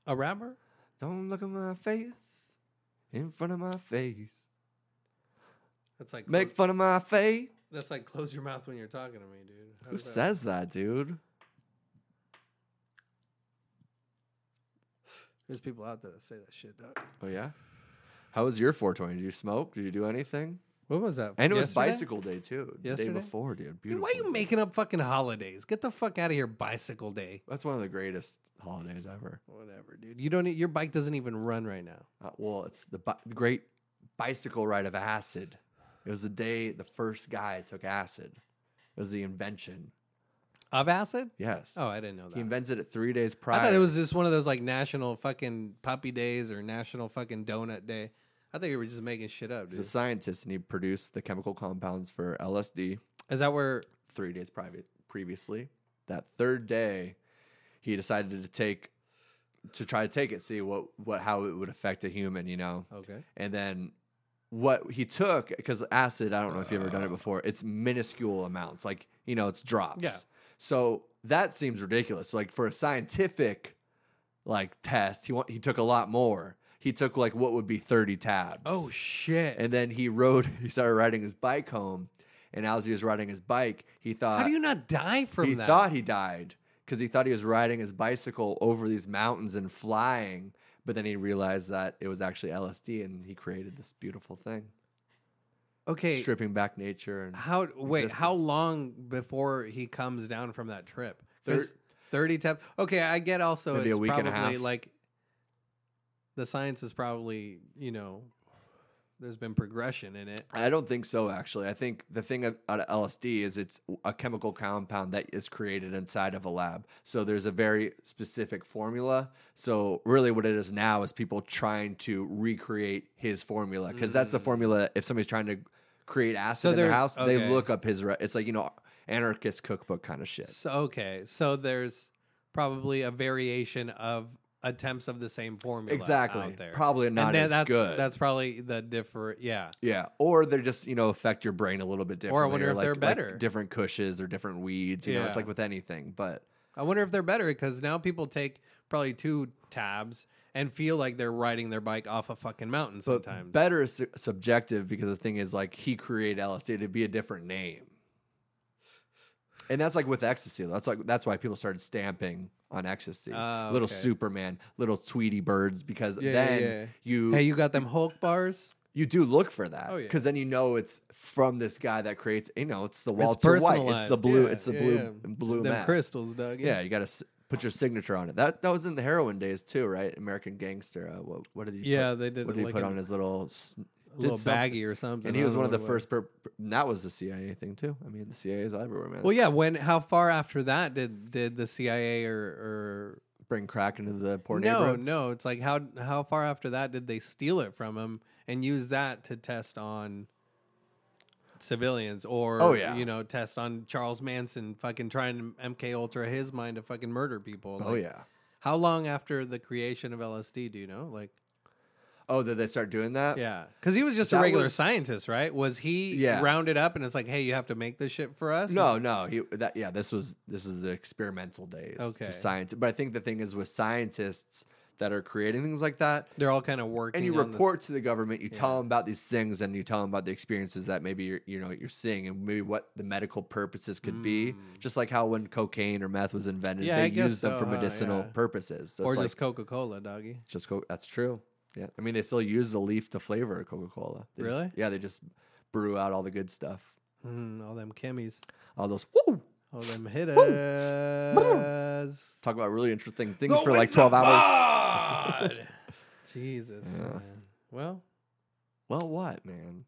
Speaker 1: a rapper?
Speaker 2: Don't look at my face in front of my face.
Speaker 1: That's like
Speaker 2: Make
Speaker 1: close-
Speaker 2: fun of my faith.
Speaker 1: That's like close your mouth when you're talking to me, dude. How
Speaker 2: Who
Speaker 1: does that-
Speaker 2: says that, dude?
Speaker 1: There's people out there that say that shit. Dog.
Speaker 2: Oh yeah. How was your 420? Did you smoke? Did you do anything?
Speaker 1: What was that?
Speaker 2: And it was
Speaker 1: yesterday?
Speaker 2: bicycle day too. The
Speaker 1: Yesterday?
Speaker 2: day before, dude.
Speaker 1: Dude,
Speaker 2: Beautiful.
Speaker 1: why are you
Speaker 2: day.
Speaker 1: making up fucking holidays? Get the fuck out of here, Bicycle Day.
Speaker 2: That's one of the greatest holidays ever.
Speaker 1: Whatever, dude. You don't. e- Your bike doesn't even run right now.
Speaker 2: Uh, well, it's the, bi- the great bicycle ride of acid. It was the day the first guy took acid. It was the invention.
Speaker 1: Of acid?
Speaker 2: Yes.
Speaker 1: Oh, I didn't know that.
Speaker 2: he invented it three days prior.
Speaker 1: I thought it was just one of those like national fucking puppy days or national fucking donut day. I thought you were just making shit up,
Speaker 2: He
Speaker 1: dude.
Speaker 2: was a scientist and he produced the chemical compounds for LSD
Speaker 1: Is that where?
Speaker 2: three days private previously. That third day, he decided to take to try to take it, see what what how it would affect a human. You know.
Speaker 1: Okay.
Speaker 2: and then what he took because acid i don't know if you've ever done it before it's minuscule amounts like you know it's drops
Speaker 1: Yeah.
Speaker 2: so that seems ridiculous like for a scientific like test he wa- he took a lot more he took like what would be 30 tabs
Speaker 1: Oh shit!
Speaker 2: and then he rode he started riding his bike home and as he was riding his bike he thought
Speaker 1: How do you not die from
Speaker 2: uh, he
Speaker 1: that?
Speaker 2: thought he died because he thought he was riding his bicycle over these mountains and flying. But then he realized that it was actually LSD, and he created this beautiful thing,
Speaker 1: Okay.
Speaker 2: stripping back nature. And
Speaker 1: How wait?
Speaker 2: existence.
Speaker 1: How long before he comes down from that trip? 'Cause
Speaker 2: Thir-
Speaker 1: Thirty times. Okay, I get. Also,
Speaker 2: Maybe a
Speaker 1: it's
Speaker 2: week and
Speaker 1: probably
Speaker 2: a half.
Speaker 1: like the science is probably you know there's been progression in it.
Speaker 2: I don't think so. Actually, I think the thing about LSD is it's a chemical compound that is created inside of a lab. So there's a very specific formula. So really, what it is now is people trying to recreate his formula because that's the formula. If somebody's trying to create acid
Speaker 1: Mm. So
Speaker 2: in their
Speaker 1: there-
Speaker 2: house, they
Speaker 1: okay.
Speaker 2: look up his. Re- it's like you know, anarchist cookbook kind of shit.
Speaker 1: So okay, so there's probably a variation of attempts of the same formula.
Speaker 2: Exactly.
Speaker 1: Out there.
Speaker 2: Probably not
Speaker 1: then
Speaker 2: as
Speaker 1: that's,
Speaker 2: good.
Speaker 1: That's probably the different. Yeah.
Speaker 2: Yeah, or they just you know affect your brain a little bit differently.
Speaker 1: Or I wonder if
Speaker 2: like,
Speaker 1: they're
Speaker 2: like
Speaker 1: better.
Speaker 2: different cushes or different weeds. You know, it's
Speaker 1: Yeah.
Speaker 2: like with anything, but.
Speaker 1: I wonder if they're better because now people take probably two tabs and feel like they're riding their bike off a fucking mountain
Speaker 2: But
Speaker 1: sometimes.
Speaker 2: better is su- subjective because the thing is, like, he created LSD to be a different name, and that's like with ecstasy. That's like that's why people started stamping on ecstasy,
Speaker 1: Ah,
Speaker 2: little
Speaker 1: okay.
Speaker 2: Superman, little Tweety Birds, because
Speaker 1: Yeah, yeah,
Speaker 2: then
Speaker 1: yeah.
Speaker 2: you
Speaker 1: hey, you got them Hulk bars?
Speaker 2: you do look for that
Speaker 1: Oh, yeah.
Speaker 2: because then you know it's from this guy that creates. You know, it's the Walter White, it's
Speaker 1: personalized.
Speaker 2: the blue,
Speaker 1: Yeah,
Speaker 2: it's the
Speaker 1: yeah,
Speaker 2: blue,
Speaker 1: yeah.
Speaker 2: blue
Speaker 1: Them
Speaker 2: meth.
Speaker 1: crystals, Doug.
Speaker 2: Yeah, you got to s- put your signature on it. That that was in the heroin days too, right? American Gangster. Uh, what, what did he?
Speaker 1: Yeah,
Speaker 2: put,
Speaker 1: they did
Speaker 2: What did he
Speaker 1: like
Speaker 2: put
Speaker 1: an-
Speaker 2: on his little s-
Speaker 1: A
Speaker 2: did
Speaker 1: little
Speaker 2: something.
Speaker 1: baggy or something.
Speaker 2: And
Speaker 1: I
Speaker 2: he was
Speaker 1: don't
Speaker 2: one of
Speaker 1: know
Speaker 2: the
Speaker 1: what it was.
Speaker 2: first. Per- per- and that was the CIA thing too. I mean, the CIA is everywhere, man.
Speaker 1: Well, yeah. When? How far after that did did the CIA or
Speaker 2: bring crack into the poor
Speaker 1: or no,
Speaker 2: neighborhoods.
Speaker 1: no? It's like how how far after that did they steal it from him and use that to test on civilians or
Speaker 2: Oh, yeah.
Speaker 1: you know test on Charles Manson fucking trying to MK Ultra his mind to fucking murder people.
Speaker 2: Oh
Speaker 1: Like,
Speaker 2: yeah.
Speaker 1: How long after the creation of LSD do you know? Like
Speaker 2: Oh, did they start doing that?
Speaker 1: Yeah, because he was just a
Speaker 2: That
Speaker 1: regular
Speaker 2: was-
Speaker 1: scientist, right? Was he
Speaker 2: Yeah.
Speaker 1: rounded up and it's like, hey, you have to make this shit for us?
Speaker 2: No, no. He that yeah. This was this is the experimental days.
Speaker 1: Okay.
Speaker 2: For science, but I think the thing is with scientists that are creating things like that,
Speaker 1: they're all kind of working.
Speaker 2: and you
Speaker 1: on this-
Speaker 2: report to the government you tell them about these things and you tell them about the experiences that maybe you're you know you're seeing and maybe what the medical purposes could be just like how when cocaine or meth was invented
Speaker 1: Mm. Yeah,
Speaker 2: they
Speaker 1: I guess
Speaker 2: used them
Speaker 1: so,
Speaker 2: for
Speaker 1: huh,
Speaker 2: medicinal
Speaker 1: yeah.
Speaker 2: purposes so
Speaker 1: or
Speaker 2: it's
Speaker 1: just
Speaker 2: like
Speaker 1: Coca Cola, doggy.
Speaker 2: just co- that's true yeah i mean they still use the leaf to flavor coca-cola They just-
Speaker 1: Really?
Speaker 2: yeah they just brew out all the good stuff
Speaker 1: Mm, all them chemies,
Speaker 2: all those woo,
Speaker 1: all them hitters.
Speaker 2: talk about really interesting things for like 12 hours
Speaker 1: Jesus, man. Well,
Speaker 2: well what man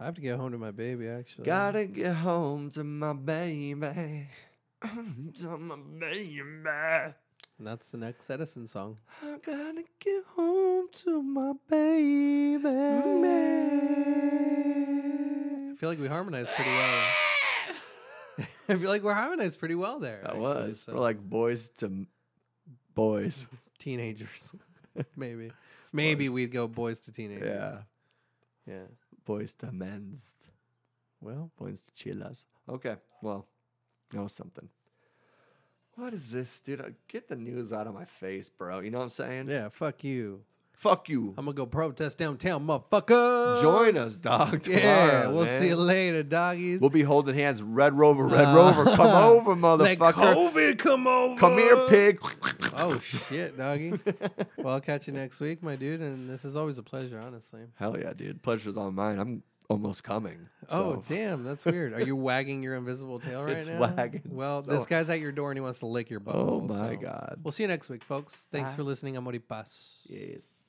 Speaker 1: I have to get home to my baby. Actually,
Speaker 2: Gotta get home to my baby. to my baby. I
Speaker 1: And that's the next Edison song.
Speaker 2: gotta get home to my baby.
Speaker 1: I feel like we harmonized pretty well. I feel like we're harmonized pretty well there.
Speaker 2: That
Speaker 1: actually,
Speaker 2: was.
Speaker 1: so-
Speaker 2: We're like boys to m- boys.
Speaker 1: teenagers. Maybe. Maybe
Speaker 2: Boys.
Speaker 1: we'd go boys to teenagers.
Speaker 2: Yeah.
Speaker 1: Yeah.
Speaker 2: Boys to men's.
Speaker 1: Well,
Speaker 2: Boys to chilas. Okay. Well, that was something. What is this, dude? Uh, Get the news out of my face, bro. You know what I'm saying?
Speaker 1: yeah, fuck you.
Speaker 2: Fuck you.
Speaker 1: I'm going to go protest downtown, motherfucker.
Speaker 2: Join us, dog. Tomorrow,
Speaker 1: Yeah, we'll see you
Speaker 2: man.
Speaker 1: later, doggies.
Speaker 2: We'll be holding hands. Red Rover, Red Rover, come over,
Speaker 1: Let
Speaker 2: motherfucker.
Speaker 1: COVID come over.
Speaker 2: Come here, pig.
Speaker 1: Oh, shit, doggy. well, I'll catch you next week, my dude. And this is always a pleasure, honestly.
Speaker 2: Hell yeah, dude. Pleasure's all mine. I'm almost coming.
Speaker 1: Oh,
Speaker 2: so.
Speaker 1: damn. That's weird. Are you wagging your invisible tail right
Speaker 2: It's
Speaker 1: now?
Speaker 2: wagging
Speaker 1: Well,
Speaker 2: so-
Speaker 1: this guy's at your door and he wants to lick your butthole.
Speaker 2: Oh, my
Speaker 1: so.
Speaker 2: God.
Speaker 1: We'll see you next week, folks. Thanks for listening. I'm Mori Paz.
Speaker 2: Yes.